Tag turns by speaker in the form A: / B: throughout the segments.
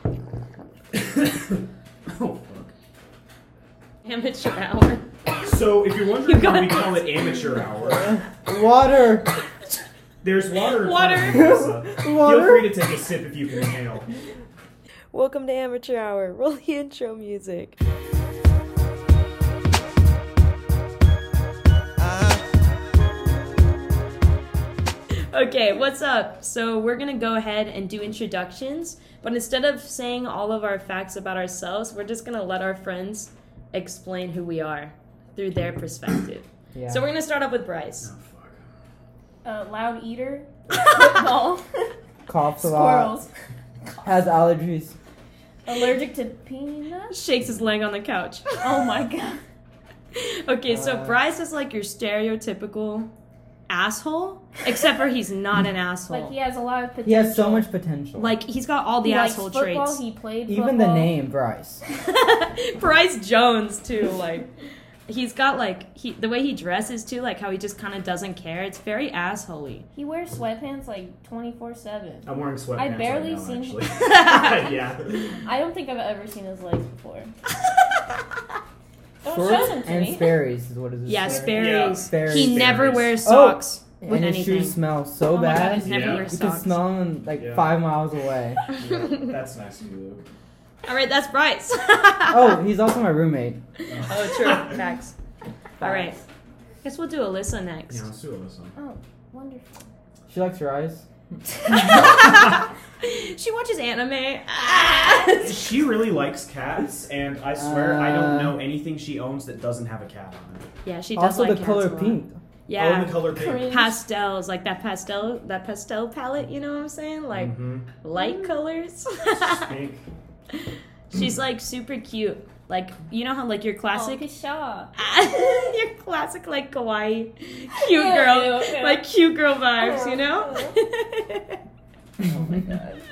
A: oh fuck.
B: Amateur hour.
A: So if you're wondering
B: You
A: why we
B: got
A: call it amateur hour,
C: Water.
A: there's water. in
B: Water.
A: front of you, Melissa. Feel
C: Water.
A: free to take a sip if you can inhale.
D: Welcome to Amateur Hour. Roll the intro music.
B: Okay, what's up? So we're gonna go ahead and do introductions, but instead of saying all of our facts about ourselves, we're just gonna let our friends explain who we are through their perspective.
C: Yeah.
B: So we're gonna start off with Bryce.
A: Oh, fuck.
E: Uh, loud eater. Football.
C: Coughs a lot.
E: Squirrels.
C: Has allergies.
E: Allergic to peanuts.
B: Shakes his leg on the couch.
E: Oh my god.
B: Okay, so
C: Uh,
B: Bryce is like your stereotypical asshole, except for he's not an asshole.
E: Like he has a lot of potential.
C: He has so much potential.
B: Like he's got all the
E: He likes
B: asshole
E: football,
B: traits.
E: He played
C: even the
E: football.
C: name Bryce.
B: Bryce Jones too, like he's got like he the way he dresses too, like how he just kind of doesn't care. It's very assholey.
E: He wears sweatpants like twenty four seven.
A: I'm wearing sweatpants.
E: I barely
A: right now,
E: seen-
A: Actually. yeah.
E: I don't think I've ever seen his legs before. Don't
C: Shorts
E: show them to
C: and
E: me.
C: Sperry's is what is it?
B: yeah, Sperry's.
C: Yeah.
B: He
C: Sperry's. Oh,
B: never
A: Sperry's.
B: wears socks
C: And
B: with
C: his
B: anything.
C: shoes smell so
B: oh my God,
C: bad.
B: he never
A: Yeah.
B: wears
C: you can
B: socks.
C: smell them like
A: Yeah.
C: five miles away.
A: yeah. That's nice of you.
B: All right, that's Bryce.
C: oh, he's also my roommate.
B: oh, true. Facts. All right. Guess we'll do Alyssa next.
A: Yeah, let's do it this one.
E: Oh, wonderful.
C: She likes your eyes.
B: she watches anime.
A: She really likes cats, and I swear I don't
C: Uh.
A: know anything she owns that doesn't have a cat on it.
B: yeah, she does
C: Also,
B: like
C: the
B: cats a
C: color
B: lot.
C: pink.
A: Oh, and
B: Yeah.
A: the color pink.
E: Cringe.
B: Pastels, like that pastel, that pastel palette. You know what I'm saying? Like
C: Mm.
A: hmm
B: light colors.
A: pink.
B: She's like super cute. Like you know how like your classic
E: Oh, Shaw.
B: your classic like kawaii cute girl
E: Ew, ew, ew.
B: like cute girl vibes, you know?
A: Oh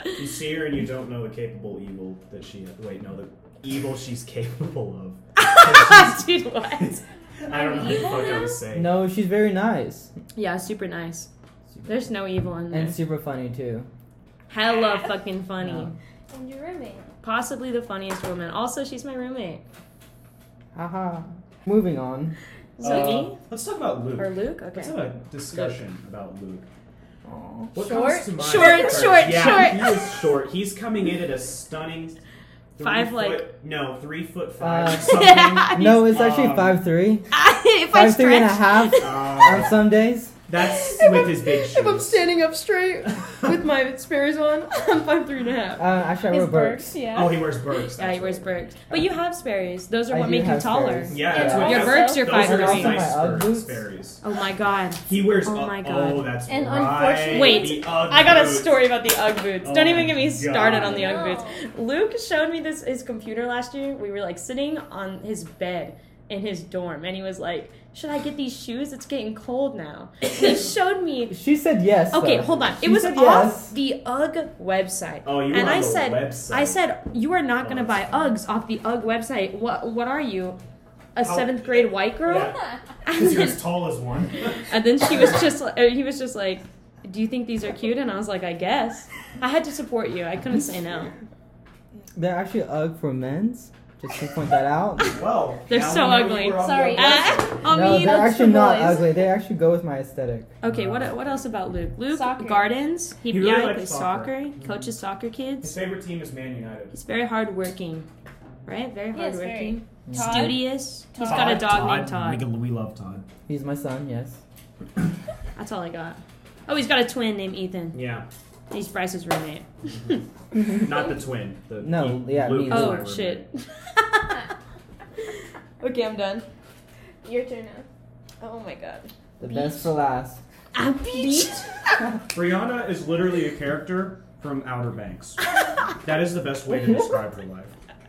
A: You see her, and you don't know the capable evil that she. Wait, no, the evil she's capable of.
B: Dude, what?
A: I don't know what the fuck I was saying.
C: No, she's very nice
B: Yeah, super nice. There's no evil in
C: and
B: there.
C: super funny too.
B: Hella fucking funny.
C: Yeah.
E: And your roommate.
B: Possibly the funniest woman. Also, she's my roommate.
C: Haha. Moving on.
B: Zooey
A: Uh, let's talk about Luke.
B: or Luke?
A: Let's
B: Okay.
A: have a discussion about Luke. What
E: Short?
A: comes to mind
B: Short,
A: first?
B: short,
A: yeah,
B: short.
A: He is short. He's coming in at a stunning three
B: Five,
A: foot,
B: like-
A: no three foot five.
C: Uh,
A: something.
B: Yeah.
C: No, it's actually
A: um,
C: five three.
B: if I
C: Five three and a
B: stretch,
C: half on
A: Uh,
C: some days.
A: that's with his big shoes.
D: standing up straight my Sperry's on, I'm five three and a half.
C: Uh, actually, I
E: His
C: wrote Burks.
E: Burks, yeah.
A: oh, he wears Birks.
B: yeah, he
A: that's
B: wears
A: right.
B: Birks. But you have Sperry's. Those are
C: I
B: what
C: do
B: make you
C: have
B: taller.
C: Sperry's.
A: Yeah, that's what
B: Your
A: that's-
B: Birks are
A: those
B: five Oh
A: are his
B: three.
A: nice
C: Also my Ugg
A: Birks
C: boots.
A: berries.
B: Oh my god.
A: He wears.
B: Oh
A: Ugg-
B: my God.
A: Oh, that's
E: And
A: right.
E: unfortunately-
B: Wait,
A: the Ugg
B: I got a
A: boots.
B: story about the Ugg boots.
A: Oh
B: Don't
A: my
B: even get me started on the
E: God.
B: Ugg boots. Luke showed me this his computer last year. We were like sitting on his bed in his dorm, and he was like, "Should I get these shoes? It's getting cold now." he showed me.
C: She said yes.
B: Okay,
C: though.
B: hold on.
C: She
B: It was
C: said
B: off
C: yes.
B: the Ugg website.
A: Oh, you were on
B: and I
A: the
B: said,
A: website.
B: I said, you are not going to
A: Oh,
B: buy
A: that's
B: Uggs off the Ugg website. What? What are you? A
A: How-
B: seventh grade white girl?
A: Yeah. Because you're as tall as one.
B: And then she was just, uh, he was just like, "Do you think these are cute?" And I was like, "I guess." I had to support you. I couldn't say no.
C: They're actually UGG for men's. Just to point that out.
A: Well,
B: They're
A: now
B: so
A: we know
B: ugly.
A: you were on the
E: Sorry.
A: Ugg
B: Ah,
A: website.
B: I
C: no,
B: mean,
C: they're
E: that's
C: actually
E: for
C: not
E: boys.
C: ugly. They actually go with my aesthetic.
B: okay. What what else about Luke? Luke
E: Soccer.
B: Gardens. He,
A: He really
B: yeah, he
A: likes
B: plays soccer.
A: soccer.
B: He coaches soccer
A: His
B: kids.
A: favorite team is Man United.
B: He's very hardworking, right? Very
E: Yes, very.
B: hardworking,
E: Todd?
B: studious. He's got a dog named Todd.
A: We, we love Todd.
C: He's my son. Yes.
B: That's all I got. Oh, he's got a twin named Ethan.
A: Yeah,
B: He's Bryce's roommate.
A: not the twin. The
C: No,
A: the-
C: yeah,
A: Luke
C: me
A: was my
C: and
B: Oh
A: roommate.
B: shit. okay, I'm done.
E: Your turn now.
D: Oh my god.
C: The best for last.
B: I'm beat.
A: Brianna is literally a character from Outer Banks. that is the best way to describe her life.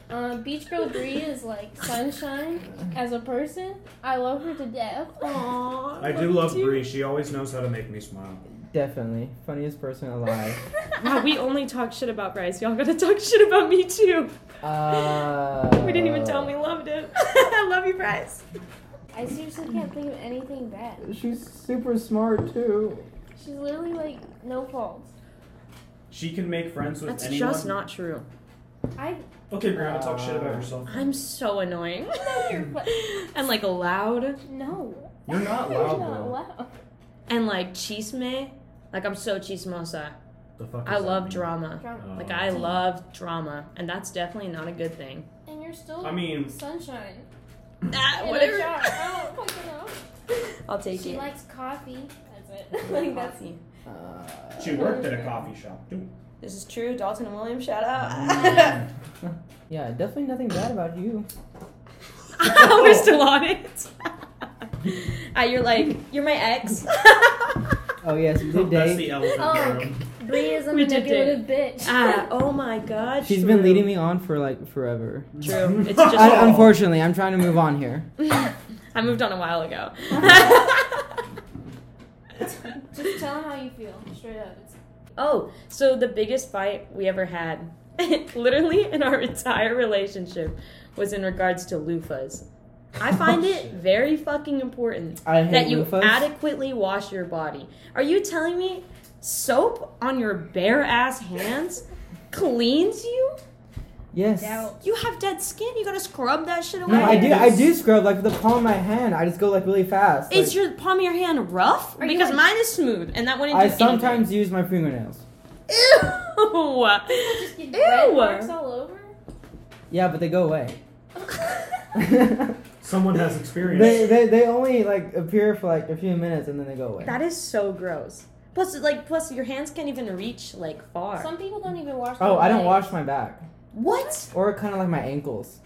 E: Uh, Beach Girl Bree is like sunshine as a person. I love her to death.
B: Aw,
A: I do love Bree. She always knows how to make me smile.
C: Definitely funniest person alive.
B: Wow, we only talk shit about Bryce. Y'all gotta talk shit about me too.
C: Uh,
B: We didn't even tell him we loved him. I love you, Bryce.
E: I seriously can't think of anything bad.
C: She's super smart too.
E: She's literally like no faults.
A: She can make friends with
B: That's
A: anyone.
B: just not true.
E: I
A: Okay, Brianna, talk shit about yourself.
B: I'm so annoying.
E: No, you're
B: and like loud
E: no.
A: You're not
E: You're
A: loud,
E: not
A: though.
E: loud.
B: and like chisme. Like I'm so chismosa.
A: The fuck
B: I
A: does that
B: love
A: mean?
B: drama.
E: Drunk.
B: Like
A: Oh.
B: I love drama, and that's definitely not a good thing.
E: And you're still
A: I mean,
E: sunshine.
B: Ah,
E: In
B: whatever.
E: A jar. I don't fucking know.
B: Oh. I'll take
E: She
B: it.
E: likes coffee. That's it. like that's
B: Coffee.
C: Uh,
A: she worked at a coffee shop. Dude.
B: This is true. Dalton and William, shout out.
A: Mm.
C: yeah, definitely nothing bad about you.
B: We're still on it. Ah, you're like you're my ex. Uh,
C: Oh yes, we did
A: That's
C: date.
A: the elephant.
E: Oh.
A: in the room.
E: Bree is a
B: We did
E: manipulative bitch.
B: ah, oh my God.
C: She's
B: true.
C: been leading me on for like forever.
B: True. It's just.
A: Oh.
C: I, unfortunately, I'm trying to move on here.
B: I moved on a while ago.
E: Just tell him how you feel, straight up. It's
B: oh, so the biggest fight we ever had, literally in our entire relationship, was in regards to loofahs. I find
C: Oh,
B: it very fucking important
C: I hate
B: that you
C: loofahs.
B: adequately wash your body. Are you telling me soap on your bare ass hands cleans you?
C: yes.
E: doubt.
B: You have dead skin. You gotta scrub that shit away.
C: No, I do. I do scrub like with the palm of my hand. I just go like really fast.
B: Is
C: like,
B: your palm of your hand rough?
E: Are you
B: because
E: like-
B: mine is smooth, and that wouldn't do
C: I sometimes use my fingernails.
B: anything.
E: Just get
B: Ew.
E: red marks all over.
C: Yeah, but they go away.
A: Someone has experience.
C: They, they they only like appear for like a few minutes and then they go away.
B: that is so gross. Plus, like, plus your hands can't even reach like far.
E: Some people don't even wash.
C: Oh,
E: their
C: I don't
E: legs.
C: wash my back
B: what?
C: or kind of like my ankles.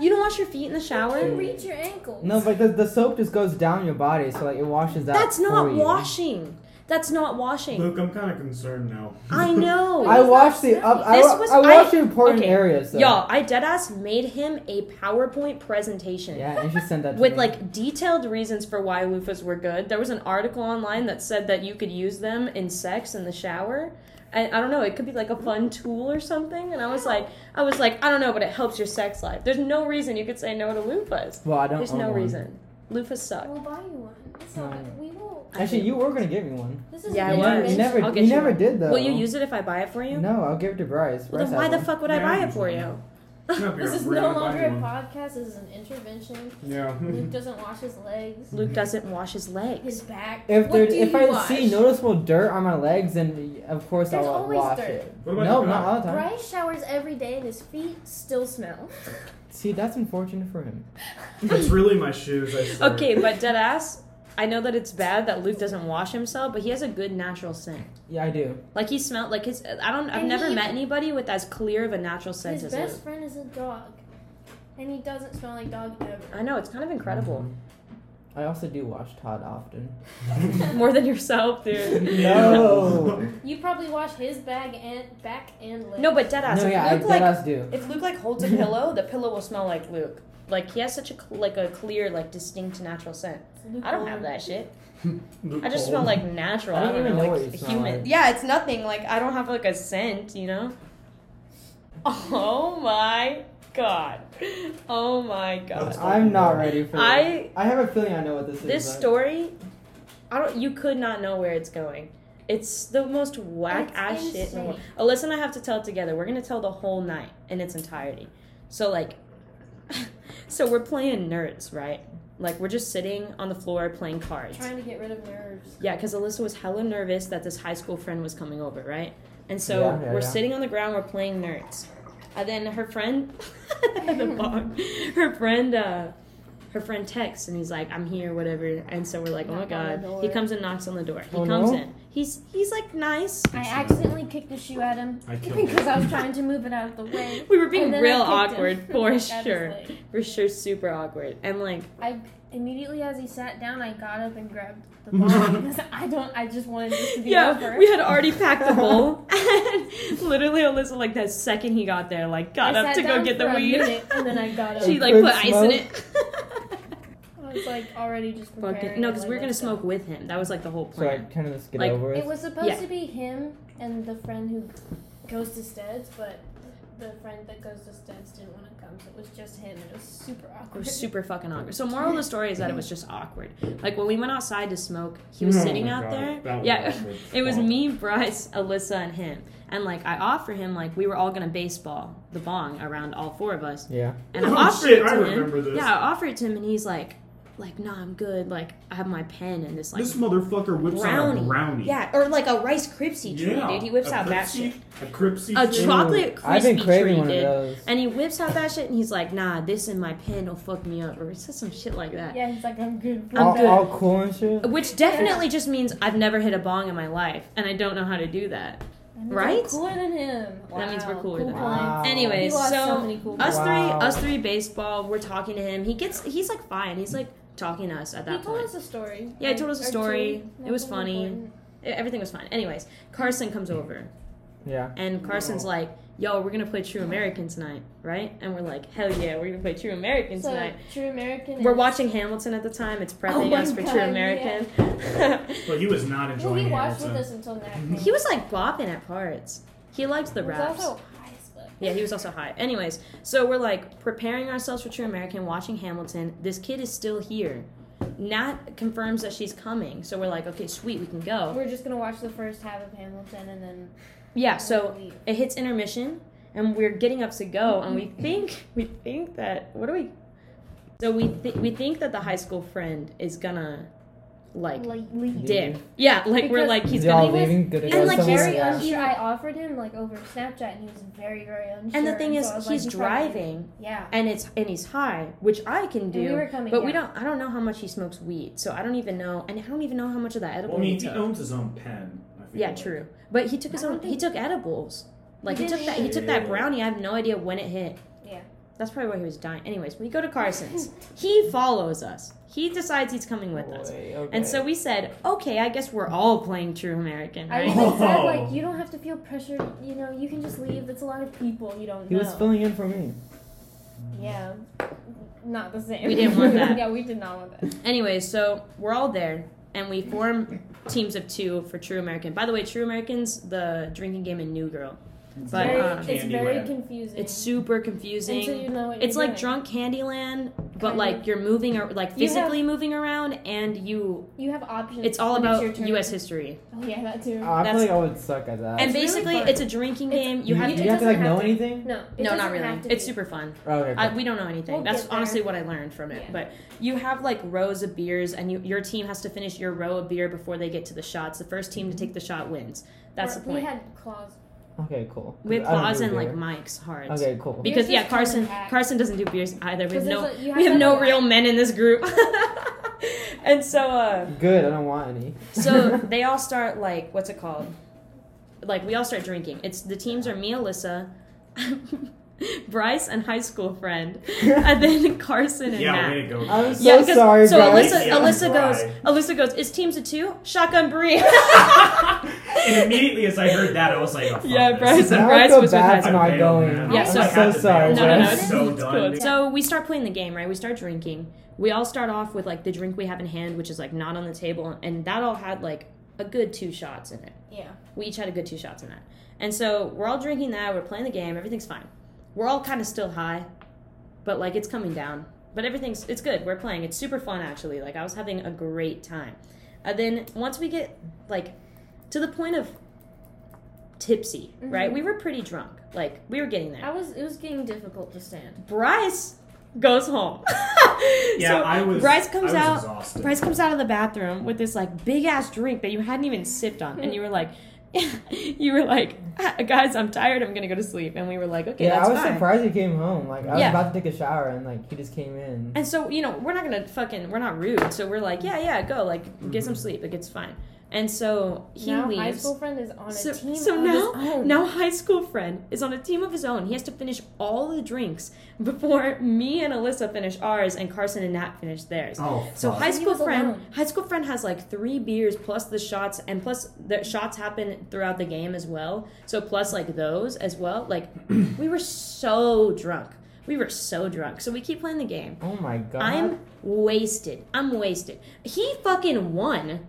B: You don't wash your feet in the
E: You can
B: shower?
E: reach your ankles.
C: No, but the, the soap just goes down your body, so like it washes out.
B: That's not
C: for you.
B: washing. That's not washing.
A: Luke, I'm kind of concerned now.
B: I know.
C: I
E: It's not
C: wash the
E: silky.
C: up. I,
B: This
C: wa-
B: was-
C: I wash
B: I-
C: the important
B: okay.
C: areas. Though.
B: Y'all, I deadass made him a PowerPoint presentation.
C: Yeah, and she sent that to
B: with
C: me.
B: like detailed reasons for why loofahs were good. There was an article online that said that you could use them in sex in the shower. I, I don't know, it could be like a fun tool or something. And I was like, I was like, I don't know, but it helps your sex life. There's no reason you could say no to loofahs.
C: Well, I don't.
B: There's
C: own
B: no
C: one.
B: reason. Loofahs suck.
E: We'll buy you one. It's not.
C: No.
E: We will.
C: Actually, you were gonna give me one.
E: This is
B: Yeah, I
E: an
C: you
B: was.
C: never, you never,
E: intervention.
B: I'll
C: you
B: get you
C: never
B: one.
C: did though.
B: Will you use it if I buy it for you?
C: No, I'll give it to Bryce.
B: Well,
C: Bryce
B: then why
C: has
B: the
C: one.
B: fuck would I
A: Yeah,
B: buy
A: I
B: it
A: use
B: for
A: one.
B: you?
A: Yeah,
E: This is
A: Brianna,
E: no
A: buy
E: longer a
A: one.
E: podcast. This is an intervention.
A: Yeah.
E: Luke doesn't wash his legs,
B: Luke doesn't wash his legs.
E: his back.
C: If
E: what
C: there,
E: do you
C: if I
E: wash?
C: see noticeable dirt on my legs, then of course
E: There's
C: I'll
E: always
C: wash
E: dirt.
C: it.
A: What about
C: no,
A: your
C: not
A: back?
C: all the time.
E: Bryce showers every day and his feet still smell.
C: See, that's unfortunate for him.
A: It's really my shoes. I swear.
B: Okay, but deadass, I know that it's bad that Luke doesn't wash himself, but he has a good natural scent.
C: Yeah, I do.
B: Like he smelled like his. I don't. I've
E: And
B: never
E: he-
B: met anybody with as clear of a natural scent
E: His
B: as
E: best
B: him.
E: friend is a dog, and he doesn't smell like dog ever.
B: I know it's kind of incredible.
C: I also do wash Todd often.
B: More than yourself, dude.
C: No.
E: You probably wash his bag and back and legs.
B: No, but deadass.
C: no,
B: if
C: yeah, I,
B: Luke
C: that
B: like
C: us do.
B: if Luke like holds a pillow, the pillow will smell like Luke. Like he has such a cl- like a clear like distinct natural scent.
E: Luke
B: I don't
E: Holmes.
B: have that shit.
A: Luke
B: I just
A: Cole.
B: smell like natural.
C: I
B: I
C: don't
B: don't,
C: even
B: know,
C: know
B: like
C: what you smell
B: human.
C: like.
B: Yeah, it's nothing. Like I don't have like a scent, you know. Oh my god. Oh my god.
C: I'm not ready for this.
B: I
C: I have a feeling I know what this,
B: This
C: is. but-
B: story, I don't. You could not know where it's going. It's the most whack
E: It's
B: ass shit in the world.
E: insane.
B: Alyssa and I have to tell it together. We're gonna tell the whole night in its entirety. So like, so we're playing nerds, right? Like we're just sitting on the floor playing cards.
E: Trying to get rid of nerves.
B: Yeah, because Alyssa was hella nervous that this high school friend was coming over, right? And so
C: Yeah, yeah,
B: we're
C: yeah.
B: sitting on the ground, we're playing nerds. And then her friend, the bomb, her friend, uh, her friend texts and he's like, "I'm here, whatever." And so we're like, "Oh my
E: Knock on the
B: god!"
E: door.
B: He comes and knocks on the door. He
C: Oh,
B: comes
C: no?
B: in. He's he's like nice.
E: I accidentally kicked a shoe at him
A: I killed
E: because I was trying to move it out of the way.
B: We were being
E: And then I
B: real
E: kicked him
B: awkward for
E: at his
B: sure,
E: leg.
B: for sure, super awkward. And like,
E: I immediately as he sat down, I got up and grabbed the ball because I don't. I just wanted this to be
B: yeah,
E: over.
B: we had already packed the bowl. and literally, Alyssa like the second he got there, like got
E: I
B: up
E: sat
B: to go
E: down
B: get the
E: for a
B: weed.
E: minute, and then I got up.
B: She
C: She,
B: like
C: like,
B: put
C: Good put
B: ice
C: ice in
B: in
C: smoke.
B: it.
E: I was like already just preparing.
B: Fucking, no, because
E: like,
B: we were gonna
E: let's go.
B: smoke with him. That was like the whole
C: So I
B: plan.
C: kind of just get
B: Like,
C: over it.
E: It was supposed
B: Yeah.
E: to be him and the friend who goes to Steads, but the friend that goes to stunts didn't want to come, so it was just him. and It was super
B: It
E: awkward.
B: was super fucking awkward. So moral of the story is that it was just awkward. Like when we went outside to smoke, he was
A: Oh
B: sitting
A: my
B: out
A: God,
B: there.
A: that was
B: yeah,
A: awkward.
B: it was
A: Fuck.
B: me, Bryce, Alyssa, and him. And like I offer him, like we were all gonna baseball the bong around all four of us.
C: Yeah.
B: And I
A: Oh,
B: offer
A: shit,
B: it to
A: I
B: him.
A: remember this.
B: Yeah, I offer it to him, and he's like, like no, I'm good. Like I have my pen and this like
A: this motherfucker whips out a
B: brownie.
A: brownie.
B: Yeah, or like a Rice Crispy tree,
A: Yeah,
B: dude. He whips
A: a
B: out that
A: Cripsy-
B: shit.
A: A Cripsy.
B: A
A: tree.
B: chocolate
C: Ooh,
B: crispy
C: I've been craving
B: treat,
C: one of
B: dude.
C: those.
B: And he whips out that shit and he's like, nah, this and my pen will fuck me up. Or he says some shit like that.
E: Yeah, he's like, I'm good.
B: I'm
C: all,
B: good.
C: all cool and shit.
B: Which definitely just means I've never hit a bong in my life and I don't know how to do that.
E: I'm
B: Right?
E: Cooler than him.
B: That means we're
E: Wow,
B: cooler
E: cool
B: than him.
E: points.
B: Anyways,
E: He lost
B: so,
E: so many cool
B: Us
E: points.
C: Wow.
B: three, us three baseball, we're talking to him. He gets, he's like fine. He's like talking to us at
E: He
B: that
E: told
B: point.
E: us a story.
B: Yeah, he told us a
E: Or two.
B: story. It was
E: Nothing
B: funny.
E: important.
B: E- Everything was fine. Anyways, Carson comes over
C: Yeah.
B: and Carson's like, yo, we're gonna play True American tonight, right? And we're like, hell yeah, we're gonna play True American
E: So,
B: tonight.
E: True American.
B: We're
E: is-
B: watching Hamilton at the time. It's
E: Oh
B: prepping
E: my
B: us for
E: God,
B: True American.
A: But he was not
E: Well, he
A: enjoying
E: watched with
A: Hamilton.
E: us until now.
B: he was like bopping at parts. He liked the
E: He was
B: raps.
E: also high as fuck.
B: Yeah, he was also high. Anyways, so we're like preparing ourselves for True American, watching Hamilton. This kid is still here. Nat confirms that she's coming. So we're like, okay, sweet, we can go.
E: We're just gonna watch the first half of Hamilton and then.
B: Yeah, so
E: leave.
B: it hits intermission and we're getting up to go and we think we think that what do we So we th- we think that the high school friend is gonna like
E: like leave.
B: dick. Yeah, like we're
E: Because-
B: like he's
C: Y'all
B: gonna
E: leave-
C: leaving? Good
B: And,
C: to go
B: like,
C: somewhere?
E: very
C: Yeah.
E: unsure. I offered him like over Snapchat, and he was very, very unsure.
B: And the thing is
E: so I was
B: he's
E: like, "You probably-"
B: driving
E: Yeah.
B: and it's and he's high, which I can
E: And we were
B: do.
E: coming.
B: but we
E: down.
B: don't I don't know how much he smokes weed, so I don't even know and I don't even know how much of that edible
A: Well, I mean,
B: he
A: he
B: took.
A: owns his own pen. I feel
B: yeah,
A: like.
B: true. But he took his
E: I don't
B: own he took edibles. Like he
E: He
B: took
E: did.
B: that he took that
A: Yeah.
B: brownie, I have no idea when it hit.
E: Yeah.
B: That's probably why he was dying. Anyways, we go to Carson's. he follows us. He decides he's coming with us.
C: Boy, okay.
B: And so we said, okay, I guess we're all playing True American,
E: I
B: right?
E: even said
A: Oh.
E: like, you don't have to feel pressured. You know, you can just leave. That's a lot of people you don't
C: he
E: know.
C: was filling in for me.
E: yeah. Not the same.
B: We didn't want that.
E: yeah, we did not want that.
B: Anyways, so we're all there, and we form teams of two for True American. By the way, True American's the drinking game in New Girl.
A: It's
B: But,
E: very,
A: like uh,
B: um,
E: it's
A: Candy
E: very
A: Land.
E: confusing.
B: It's super
E: Until
B: confusing.
E: you know what
B: It's
E: you're
B: like
E: doing.
B: drunk Candyland, but
E: Kind
B: like
E: of.
B: you're moving, or like
E: You have-
B: physically moving around, and you.
E: You have options.
B: It's all
E: when
B: about
E: your turn.
B: U.S. history,
E: Oh yeah, that too.
A: Uh,
C: I
B: That's-
C: feel like I would suck at that.
B: and
E: really
B: basically
E: fun.
B: it's a drinking
E: It's-
B: game. You have
E: you-
B: to.
C: Do
E: it
C: you have to like
E: doesn't
C: know
E: have to.
C: anything?
E: no, it
B: No, not
E: doesn't
B: really.
E: have to
B: It's
E: be.
B: super fun.
C: Oh, okay.
B: I,
C: cool.
B: we don't know anything.
E: We'll
B: That's
E: get there.
B: honestly what I learned from it.
E: Yeah.
B: But you have like rows of beers, and you, your team has to finish your row of beer before they get to the shots. The first team to take the shot wins. That's
E: Or
B: the
E: We
B: point.
E: had claws.
C: okay, cool.
B: We have
C: I don't
B: claws
C: do
B: and like
C: beer.
B: Mike's hard.
C: Okay, cool.
B: Because
E: Beers
B: yeah,
E: just come in
B: Carson
E: packs.
B: Carson doesn't do beers either. We have
E: Because
B: no
E: there's a- you
B: we have
E: to
B: no
E: a-
B: real men in this group. and so uh,
C: Good. I don't want any.
B: so they all start like what's it called? Like we all start drinking. It's the teams are me, Alyssa, Bryce, and high school friend, and then Carson and
A: Yeah,
B: Matt.
A: way to go.
C: I'm
A: guys.
C: so sorry,
B: so
C: Bryce.
B: Alyssa,
A: Yeah,
B: Alyssa
A: Bryce.
B: goes, Alyssa goes. It's teams of two, shotgun Bree.
A: and immediately as I heard that, I was like, oh, fuck
B: Yeah,
A: this.
B: Bryce-
C: Now I
B: Bryce
C: feel
B: was with
C: bad
B: us.
C: for
A: I
C: not
A: bailed,
C: going.
A: man.
B: Yeah,
A: I
C: I'm
B: so-
A: had
C: so
A: to
C: sorry,
A: bail.
B: No, no, no,
A: I'm
B: it's-
C: Bryce.
A: so
B: it's
A: done.
B: cool.
A: dude.
B: So we start playing the game, right? We start drinking. We all start off with like the drink we have in hand, which is like not on the table, and that all had like a good two shots in it.
E: Yeah.
B: We each had a good two shots in that. And so we're all drinking that, we're playing the game, everything's fine. We're all kind of still high, but like it's coming down. But everything's it's good. We're playing. It's super fun actually. Like I was having a great time. And then once we get like to the point of tipsy, right?
E: Mhm.
B: We were pretty drunk. Like we were getting there.
E: I was. It was getting difficult to stand.
B: Bryce goes home.
A: yeah,
B: So
A: I was.
B: Bryce
A: I was
B: comes out.
A: Exhausted.
B: Bryce comes out of the bathroom with this like big ass drink that you hadn't even sipped on, and you were like, you were like, "Ah, guys, I'm tired. I'm gonna go to sleep. And we were like, okay,
C: Yeah,
B: that's
C: I was
B: fine.
C: surprised he came home. Like I was
B: Yeah.
C: about to take a shower and like he just came in.
B: And so you know, we're not gonna fucking, we're not rude. So we're like, yeah, yeah, go, like, get some sleep. Like it's fine. And so he
E: now high
B: leaves.
E: school friend is on a
B: So-
E: team
B: so
E: of
B: now-
E: his own.
B: Now, high school friend is on a team of his own. He has to finish all the drinks before me and Alyssa finish ours, and Carson and Nat finish theirs.
A: Oh,
B: So
A: fuck.
B: high
E: He
B: school
E: was
B: friend,
E: alone.
B: high school friend has like three beers plus the shots, and plus the shots happen throughout the game as well. So plus like those as well. Like we were so drunk, we were so drunk. So we keep playing the game.
C: oh my god.
B: I'm wasted. I'm wasted. He fucking won.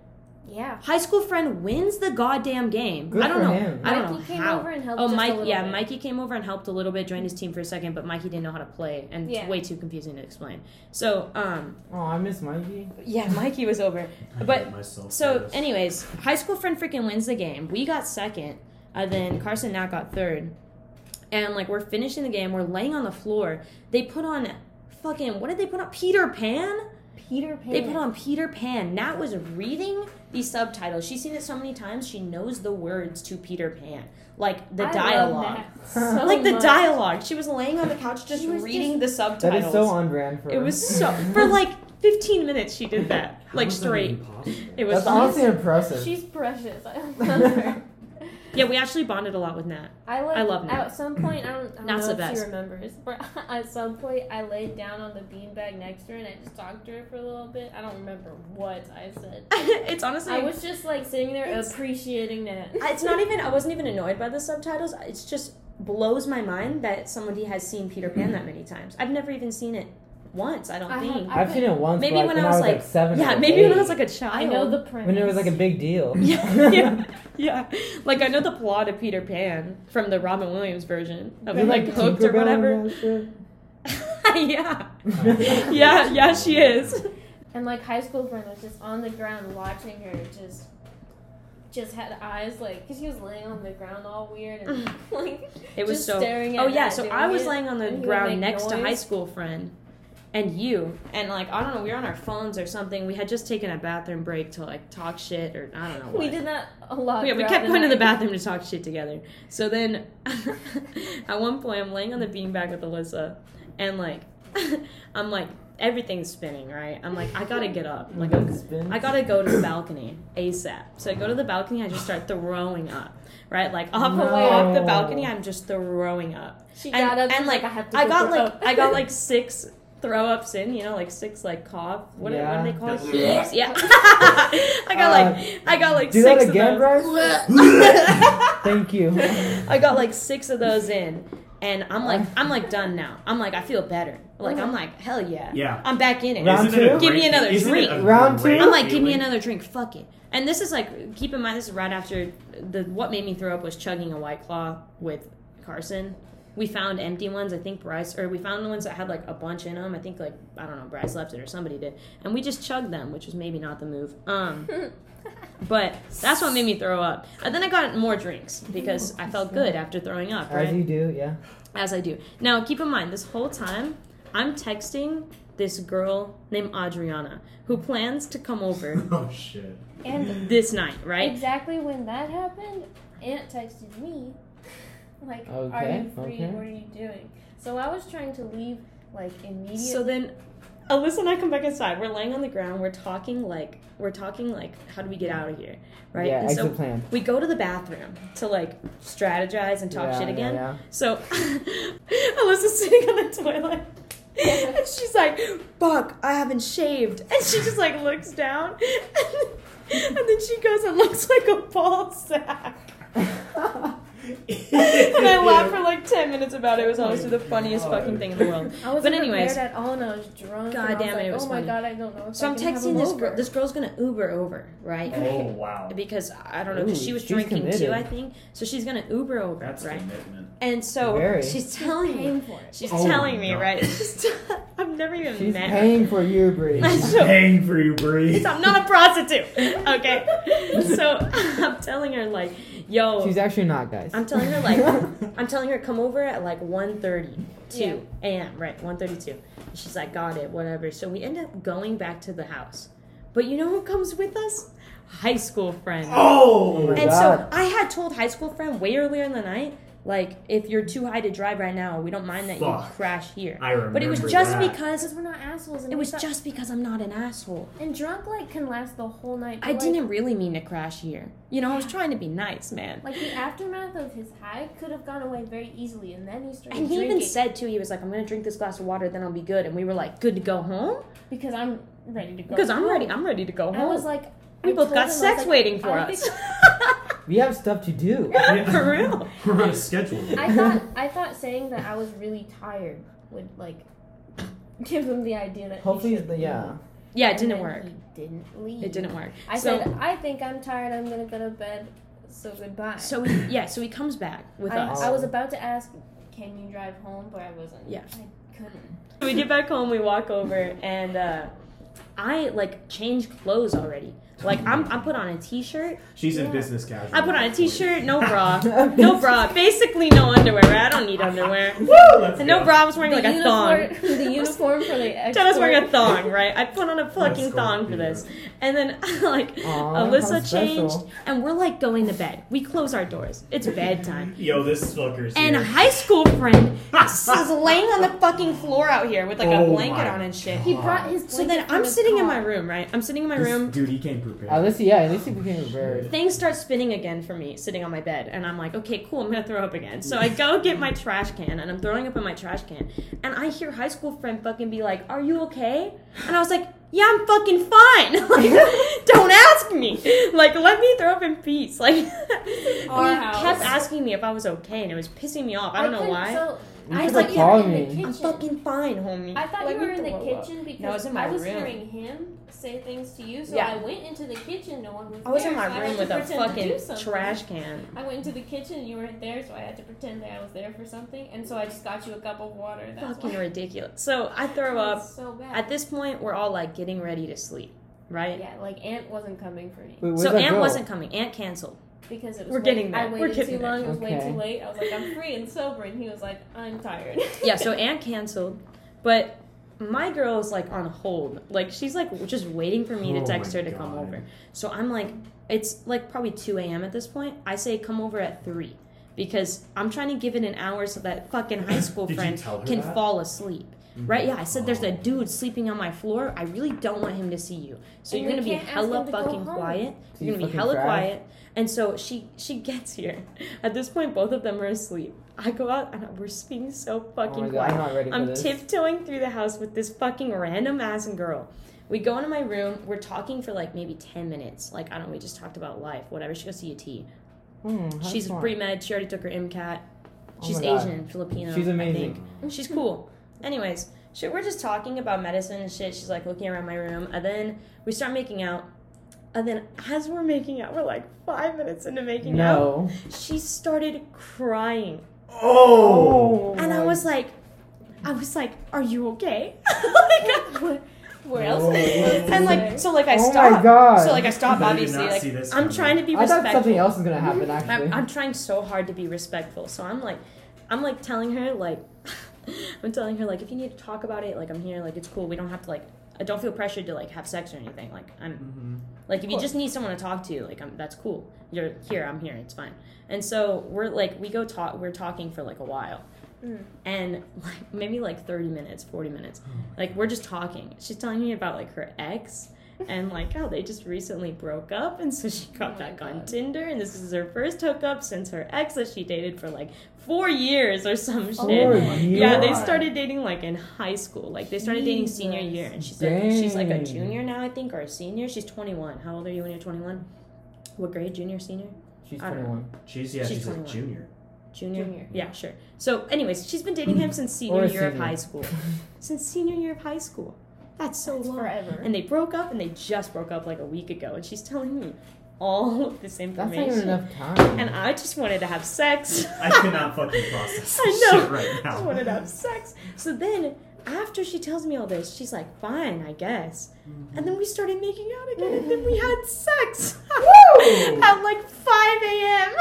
E: Yeah.
B: High school friend wins the goddamn game.
C: Good
B: I don't
C: for
B: know.
C: him.
B: I don't
E: Mikey
B: know
E: came
B: how.
E: over and helped
B: Oh,
E: just a
B: Mike.
E: little
B: Yeah,
E: bit.
B: Mikey came over and helped a little bit, joined his team for a second, but Mikey didn't know how to play, and it's
E: Yeah.
B: way too confusing to explain. So, um,
C: Oh, I miss Mikey.
B: yeah, Mikey was over.
A: I
B: But-
A: hate myself for
B: So,
A: this.
B: anyways, high school friend freaking wins the game. We got second, and then Carson Knapp got third. And like we're finishing the game, we're laying on the floor. They put on fucking what did they put on? Peter Pan.
E: Peter Pan.
B: They put on Peter Pan. Nat was reading the subtitles. She's seen it so many times, she knows the words to Peter Pan, like the
E: I love
B: dialogue.
E: that so
B: Like the
E: much.
B: dialogue. She was laying on the couch just
E: She was
B: reading
E: just-
B: the
C: That
B: subtitles.
C: is so on brand for
B: it
C: her.
B: was so for like 15 minutes she did that,
A: How
B: like
A: is that
B: straight.
A: even possible?
B: It was
C: That's honestly impressive.
E: She's precious. I love her.
B: Yeah, we actually bonded a lot with Nat.
E: I, like,
B: I love Nat.
E: At some point, I don't, I don't
B: Nat's
E: know
B: the
E: if
B: best.
E: she remembers, but at some point, I laid down on the beanbag next to her and I just talked to her for a little bit. I don't remember what I said.
B: it's honestly.
E: I was just like sitting there
B: It's-
E: appreciating Nat.
B: it's not even. I wasn't even annoyed by the subtitles. It's just blows my mind that somebody has seen Peter Pan that many times. I've never even seen it once. I don't
E: I
B: think.
E: have-
C: I've seen it once.
B: maybe
C: like,
B: when I was like,
C: seven.
B: yeah,
C: or
B: maybe when I
C: eight,
B: was like a child.
E: I know the premise.
C: when it was like a big deal.
B: yeah, yeah, yeah. Like I know the plot of Peter Pan from the Robin Williams version of
C: You're
B: like, Hooked or
C: Tinkerbell
B: whatever.
C: and that shit.
B: yeah,
A: Oh.
B: yeah, yeah. She is.
E: And like high school friend was just on the ground watching her, just just had eyes like because she was laying on the ground all weird and like
B: It was
E: just
B: so.
E: staring at
B: Oh yeah,
E: Nat
B: so
E: doing
B: I was
E: it.
B: laying on the
E: and he would
B: ground
E: make
B: next to
E: noise.
B: high school friend and you and like I don't know, we were on our phones or something. We had just taken a bathroom break to like talk shit or I don't know. What.
E: We did that a lot.
B: Yeah, we
E: throughout
B: kept going to the
E: night.
B: bathroom to talk shit together. So then, at one point, I'm laying on the beanbag with Alyssa, and like, I'm like, everything's spinning, right? I'm like, I gotta get up, like, I'm I gotta go to the balcony ASAP. So I go to the balcony, I just start throwing up, right? Like off the way off the
C: No.
B: balcony, I'm just throwing up.
E: She
B: And-
E: got up
B: and,
E: she's
B: like,
E: I have to.
B: I
E: go
B: got
E: throw
B: like
E: up."
B: I got like six throw ups in, you know, like six like cough. What, do- what do they call it?
A: Yeah.
B: Yeah. I got like I got like
C: Do
B: six of
C: that again,
B: those.
C: Bryce. Thank you.
B: I got like six of those in, and I'm like, I'm like done now. I'm like, I feel better. Like
E: Uh-huh.
B: I'm like, hell yeah,
A: Yeah.
B: I'm back in it.
C: Round
A: Isn't it a
C: two?
B: Give
A: great-
B: me another
A: isn't it a
B: drink.
C: Round two?
A: great
B: I'm like, give me
A: feeling?
B: another drink, fuck it. And this is like, keep in mind, this is right after the what made me throw up was chugging a white claw with Carson. We found empty ones, I think Bryce, or we found ones that had like a bunch in them. I think like I don't know, Bryce left it or somebody did, and we just chugged them, which was maybe not the move. Um, but that's what made me throw up. And then I got more drinks because I felt good after throwing up,
C: As
B: right?
C: you do, yeah.
B: As I do. Now, keep in mind, this whole time, I'm texting this girl named Adriana who plans to come over
A: Oh shit.
E: and
B: this night, right?
E: exactly when that happened, Aunt texted me, like, "Are
C: Okay,
E: you free?
C: okay.
E: What are you doing?" So I was trying to leave like immediately.
B: So then Alyssa and I come back inside. We're laying on the ground. We're talking like we're talking like how do we get out of here, right?
C: Yeah,
B: and
C: exit
B: so
C: plan.
B: we go to the bathroom to like strategize and talk
C: Yeah,
B: shit
C: yeah,
B: again.
C: yeah.
B: So Alyssa's sitting on the toilet. And she's like, "Fuck, I haven't shaved." And she just like looks down, and, and then she goes and looks like a ball sack. and I laughed for like ten minutes about it. It was
C: Oh
B: honestly the funniest fucking thing in the world.
E: I was
B: But anyways.
E: at all, and I was drunk.
B: God
E: and I was
B: damn it,
E: like,
B: it was
E: Oh
B: funny.
E: my god, I don't know. If
B: So
E: I
B: I'm
E: can have
B: texting
E: him
B: this
E: over.
B: girl. This girl's gonna Uber over, right?
A: Oh wow.
B: Because I don't know, 'cause
C: Ooh,
B: she was
C: she's
B: drinking
C: committed.
B: too, I think. So she's gonna Uber over,
A: That's
B: right?
A: commitment.
B: And so
C: Very.
B: she's
E: She's
B: telling me,
E: paying for it.
B: she's
A: Oh,
B: telling me,
A: no.
B: right? She's t- I've never even
C: She's
B: met. her.
C: paying for you, Bree.
B: So-
A: Paying for you, Bree.
B: so I'm not a prostitute, okay? So I'm telling her like, yo,
C: She's actually not, guys.
B: I'm telling her like I'm telling her come over at like 1.32 a.m. Right, 1.32. She's like, got it, whatever. So we end up going back to the house. But you know who comes with us? High school friend.
A: Oh.
B: and so
C: God.
B: I had told high school friend way earlier in the night, like, if you're too high to drive right now, we don't mind that
A: Fuck.
B: you crash here.
A: I remember.
B: But it was just
A: that.
B: because
E: Because we're not assholes. And
B: it
E: we
B: was
E: thought-
B: just because I'm not an asshole.
E: and drunk like can last the whole night.
B: I
E: but,
B: didn't really mean to crash here. You know, I was trying to be nice, man.
E: Like, like the aftermath of his high could have gone away very easily, and then he started
B: And he
E: drinking
B: even said too, he was like, "I'm gonna drink this glass of water, then I'll be good." And we were like, "Good to go home?"
E: because I'm ready to go.
B: Because I'm
E: home."
B: ready. I'm ready to go home.
E: I was like,
B: we
E: I
B: both
E: told him, I
B: got
E: was
B: sex
E: like,
B: waiting for
E: I
B: us.
E: think-
C: we have stuff to do.
A: Yeah.
B: for real.
A: We're on a schedule.
E: I thought I thought saying that I was really tired would like give him the idea that he
C: Hopefully,
E: should-
C: the, yeah.
B: Yeah, it
E: And
B: didn't
E: then
B: work.
E: He didn't leave.
B: It didn't work.
E: I
B: so,
E: said, I think I'm tired. I'm gonna go to bed. So goodbye.
B: so he, yeah, so he comes back with
E: I,
B: us.
E: I was about to ask, can you drive home? But I wasn't.
B: Yeah.
E: I couldn't.
B: we get back home, we walk over, and uh, I like change clothes already. Like I'm, I'm put on a t-shirt.
A: She's in
E: Yeah.
A: business casual.
B: I put on a t-shirt, no bra, no bra, basically no underwear. I don't need underwear.
A: Woo! Let's
B: And no
A: go.
B: bra. I was wearing like a thong.
E: uniform, The uniform for the
B: I was
E: export.
B: wearing a thong, right? I put on a
A: Let's
B: fucking
A: go,
B: thong for
A: Peter.
B: this. And then like
C: Aw, how
B: Alyssa
C: special.
B: changed, and we're like going to bed. We close our doors. It's bedtime.
A: Yo, this fucker's
B: And a
A: here.
B: high school friend is laying on the fucking floor out here with like a
A: Oh
B: blanket
A: my
B: on and shit.
E: He brought his.
B: So
E: blanket
B: then
E: from
B: I'm
E: his
B: sitting in my
E: car.
B: room, right? I'm sitting in my
A: This
B: room.
A: Dude, he came prepared.
C: At least, Uh, yeah, at least he became a bird.
B: Things start spinning again for me sitting on my bed, and I'm like, okay, cool, I'm gonna throw up again. So I go get my trash can, and I'm throwing up in my trash can, and I hear high school friend fucking be like, "Are you okay?" And I was like, "Yeah, I'm fucking fine. Like, don't ask me. Like, let me throw up in peace." Like, he
E: Our
B: kept
E: house.
B: asking me if I was okay, and it was pissing me off. I don't know
E: couldn't-
B: why.
E: So,
C: You
E: I
C: should
E: thought
C: have
E: you were
C: called
E: in the
C: me.
E: kitchen.
B: I'm fucking fine, homie.
E: I thought
B: Let
E: you were
B: me
E: in the
B: throw up.
E: kitchen because
B: No, I was in my room.
E: hearing him say things to you, so
B: Yeah.
E: I went into the kitchen. No one was.
B: I was in
E: there,
B: my
E: so had
B: room
E: to
B: with a
E: pretend to do
B: fucking
E: something.
B: trash can.
E: I went into the kitchen and you weren't there, so I had to pretend that I was there for something, and so I just got you a cup of water. That's
B: Fucking
E: why.
B: ridiculous. So I
E: It
B: throw
E: was
B: up.
E: So bad.
B: At this point, we're all like getting ready to sleep, right?
E: yeah, like Aunt wasn't coming for me
C: Wait, where's
B: So
C: that
B: Aunt
C: girl?
B: wasn't coming. Aunt canceled.
E: because it was.
B: We're
E: late.
B: getting
E: I
B: there. We're
E: waited
B: getting
E: too
B: there.
E: long. It was way
C: Okay.
E: too late. I was like, I'm free and sober, and he was like, I'm tired.
B: Yeah, so Aunt canceled, but my girl is like on hold. Like she's like just waiting for me
A: Oh
B: to text
A: my
B: her to come
A: God.
B: over. So I'm like, it's like probably 2 a.m. at this point. I say come over at 3 because I'm trying to give it an hour so that fucking high school
A: Did you
B: friend
A: tell her
B: can
A: that? Mm-hmm.
B: fall asleep. Right? Yeah, I said there's a
A: Oh.
B: dude sleeping on my floor. I really don't want him to see you. So
E: And
B: you're gonna
E: we
B: be
E: can't ask
B: hella
E: him to go
B: fucking
E: home.
B: quiet.
C: So
B: You're
C: you
B: gonna be
C: fucking
B: hella
C: drive?
B: quiet. And so she she gets here. At this point, both of them are asleep. I go out and we're being so
C: Oh
B: fucking
C: my
B: quiet.
C: god, I'm not ready for
B: I'm
C: this.
B: tiptoeing through the house with this fucking random ass girl. We go into my room. We're talking for like maybe 10 minutes. Like, I don't know. We just talked about life, whatever. She goes to UT.
C: Hmm, how
B: She's
C: smart.
B: pre med. She already took her MCAT.
C: Oh
B: She's
C: my God.
B: Asian, Filipino.
C: She's
B: I
C: amazing.
B: think. She's cool. Anyways, shit, we're just talking about medicine and shit. She's like looking around my room. And then we start making out. And then as we're making out, we're like five minutes into making out.
C: No.
B: She started crying.
A: Oh!
B: And I was like, I was like, "Are you okay?" like, where else?
A: Oh.
B: and like, so like I
C: Oh my
B: stopped.
C: God.
B: So like I stopped.
A: I did
B: Obviously,
A: not
B: like
A: see this
B: I'm
A: coming.
B: trying to be
C: I thought something
B: respectful.
C: else was gonna happen. Actually,
B: I'm, I'm trying so hard to be respectful. So I'm like, I'm like telling her like, I'm telling her like, if you need to talk about it, like I'm here. Like it's cool. We don't have to like. I don't feel pressured to like have sex or anything. Like I'm
A: Mhm.
B: like if you
C: course.
B: just need someone to talk to, like I'm, that's cool. You're here, I'm here, it's fine. And so we're like we go talk, we're talking for like a while,
E: Mm.
B: and like maybe like thirty minutes, forty minutes. Like we're just talking. She's telling me about like her ex and like how they just recently broke up, and so she got
E: Oh my
B: back on
E: God.
B: Tinder, and this is her first hookup since her ex that she dated for like four years or some
E: Four
B: shit.
C: Lord,
E: years.
C: you
B: Yeah, they
C: are-
B: started dating like in high school. Like they started dating senior
E: Jesus.
B: year, and she's like she's like a
C: Dang.
B: junior now, I think, or a senior. She's twenty one. How old are you when you're twenty one? What grade? Junior, senior,
C: She's
B: I don't know.
C: 21.
A: She's, yeah,
B: She's
A: she's, a
B: 21.
A: junior.
B: junior.
E: Junior.
B: Yeah, sure. So, anyways, she's been dating him since senior
C: Or
B: year
C: a
B: of
C: senior.
B: high school. since senior year of high school. That's so
E: It's
B: long.
E: forever.
B: And they broke up, and they just broke up like a week ago. And she's telling me all of this
C: That's not even
B: information.
C: enough time.
B: and I just wanted to have sex.
A: I cannot fucking process
B: I
A: this
B: know.
A: shit right
B: I
A: now.
B: wanted to have sex. So then, after she tells me all this, she's like, fine, I guess.
E: Mm-hmm.
B: And then we started making out again, and then we had sex. At like 5 a.m.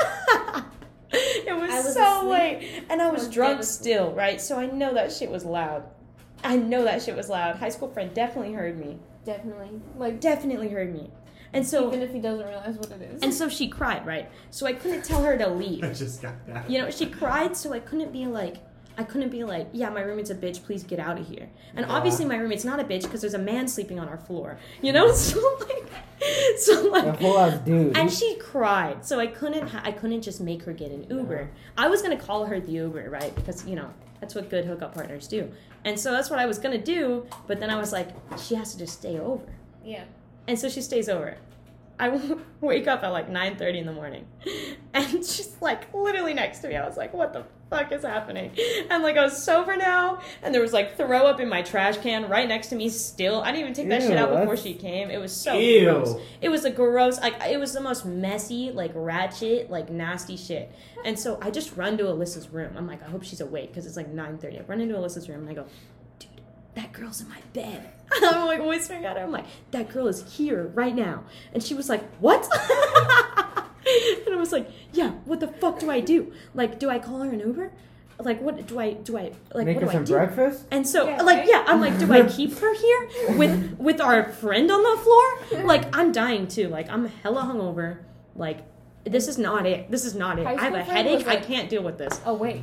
B: it was,
E: I was
B: so
E: asleep.
B: late. And I was,
E: I was
B: drunk
E: devastated.
B: still, right? So I know that shit was loud. I know that shit was loud. High school friend definitely heard me.
E: Definitely, like
B: Definitely heard me. And so
E: even if he doesn't realize what it is.
B: and so she cried, right? So I couldn't tell her to leave
A: I just got that.
B: you know she cried so i couldn't be like i couldn't be like yeah my roommate's a bitch please get out of here and
C: Yeah.
B: obviously my roommate's not a bitch because there's a man sleeping on our floor you know so like so
C: A whole
B: like
C: ass dude.
B: and she cried so i couldn't ha- i couldn't just make her get an uber i was gonna call her the uber right because you know that's what good hookup partners do and so that's what i was gonna do but then i was like she has to just stay over
E: yeah,
B: and so she stays over. I wake up at like 9:30 in the morning. and she's like literally next to me. I was like, what the fuck is happening? And like I was sober now, and there was like throw up in my trash can right next to me. Still, I didn't even take that shit
C: Ew,
B: out before
C: that's-
B: she came. It was so
A: Ew.
B: gross. It was a gross, like it was the most messy, like ratchet, like nasty shit. And so I just run to Alyssa's room. I'm like, I hope she's awake because it's like 9:30. I run into Alyssa's room and I go, dude, that girl's in my bed. I'm like whispering at her. I'm like, that girl is here right now. And she was like, what? and I was like, yeah. What the fuck do I do? Like, do I call her an Uber? Like, what do I do? I like what
C: Make her
B: do I
C: some
B: do?
C: breakfast?
B: And so,
E: Yeah,
B: like,
E: right?
B: yeah, I'm like, do I keep her here with with our friend on the floor? Like, I'm dying too. Like, I'm hella hungover. Like, this is not it. This is not it.
D: High
B: I have a
D: school friend
B: headache.
D: was
B: I
D: like-
B: can't deal with this.
E: Oh,
D: awake.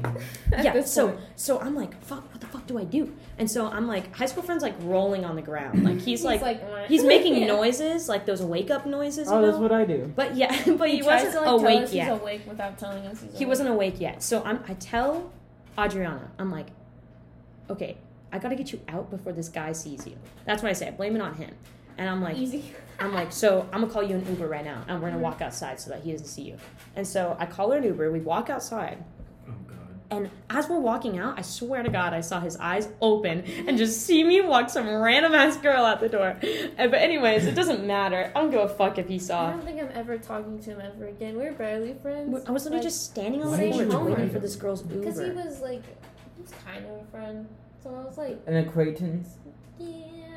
B: Yeah. So, so I'm like, fuck. What the fuck do I do? And so I'm like, high school friend's like rolling on the ground. Like he's, like,
E: "Mwah."
B: he's making
E: Yeah.
B: noises, like those wake up noises. You
C: Oh,
B: know?
C: that's what I do.
B: but yeah, but he,
E: tries
B: wasn't
E: to, like, tell
B: awake
E: us
B: yet.
E: He's awake without telling us. He's
B: He
E: awake.
B: wasn't awake yet. So I'm, I tell Adriana, I'm like, okay, I gotta get you out before this guy sees you. That's what I say. I blame it on him. And I'm like,
E: easy.
B: I'm like, so I'm gonna call you an Uber right now, and we're
E: Mm-hmm.
B: gonna walk outside so that he doesn't see you. And so I call her an Uber. We walk outside,
A: Oh god.
B: and as we're walking out, I swear to God, I saw his eyes open and just see me walk some random ass girl out the door. And- But anyways, it doesn't matter. I don't give a fuck if he
E: I
B: saw.
E: don't think I'm ever talking to him ever again. We were barely friends.
B: I was literally
E: like,
B: just standing on the
E: Why did
B: porch
E: you
B: waiting
E: call
B: for this girl's Uber.
E: because he was like, he was kind of a friend. So I was like,
C: An acquaintance.
E: yeah,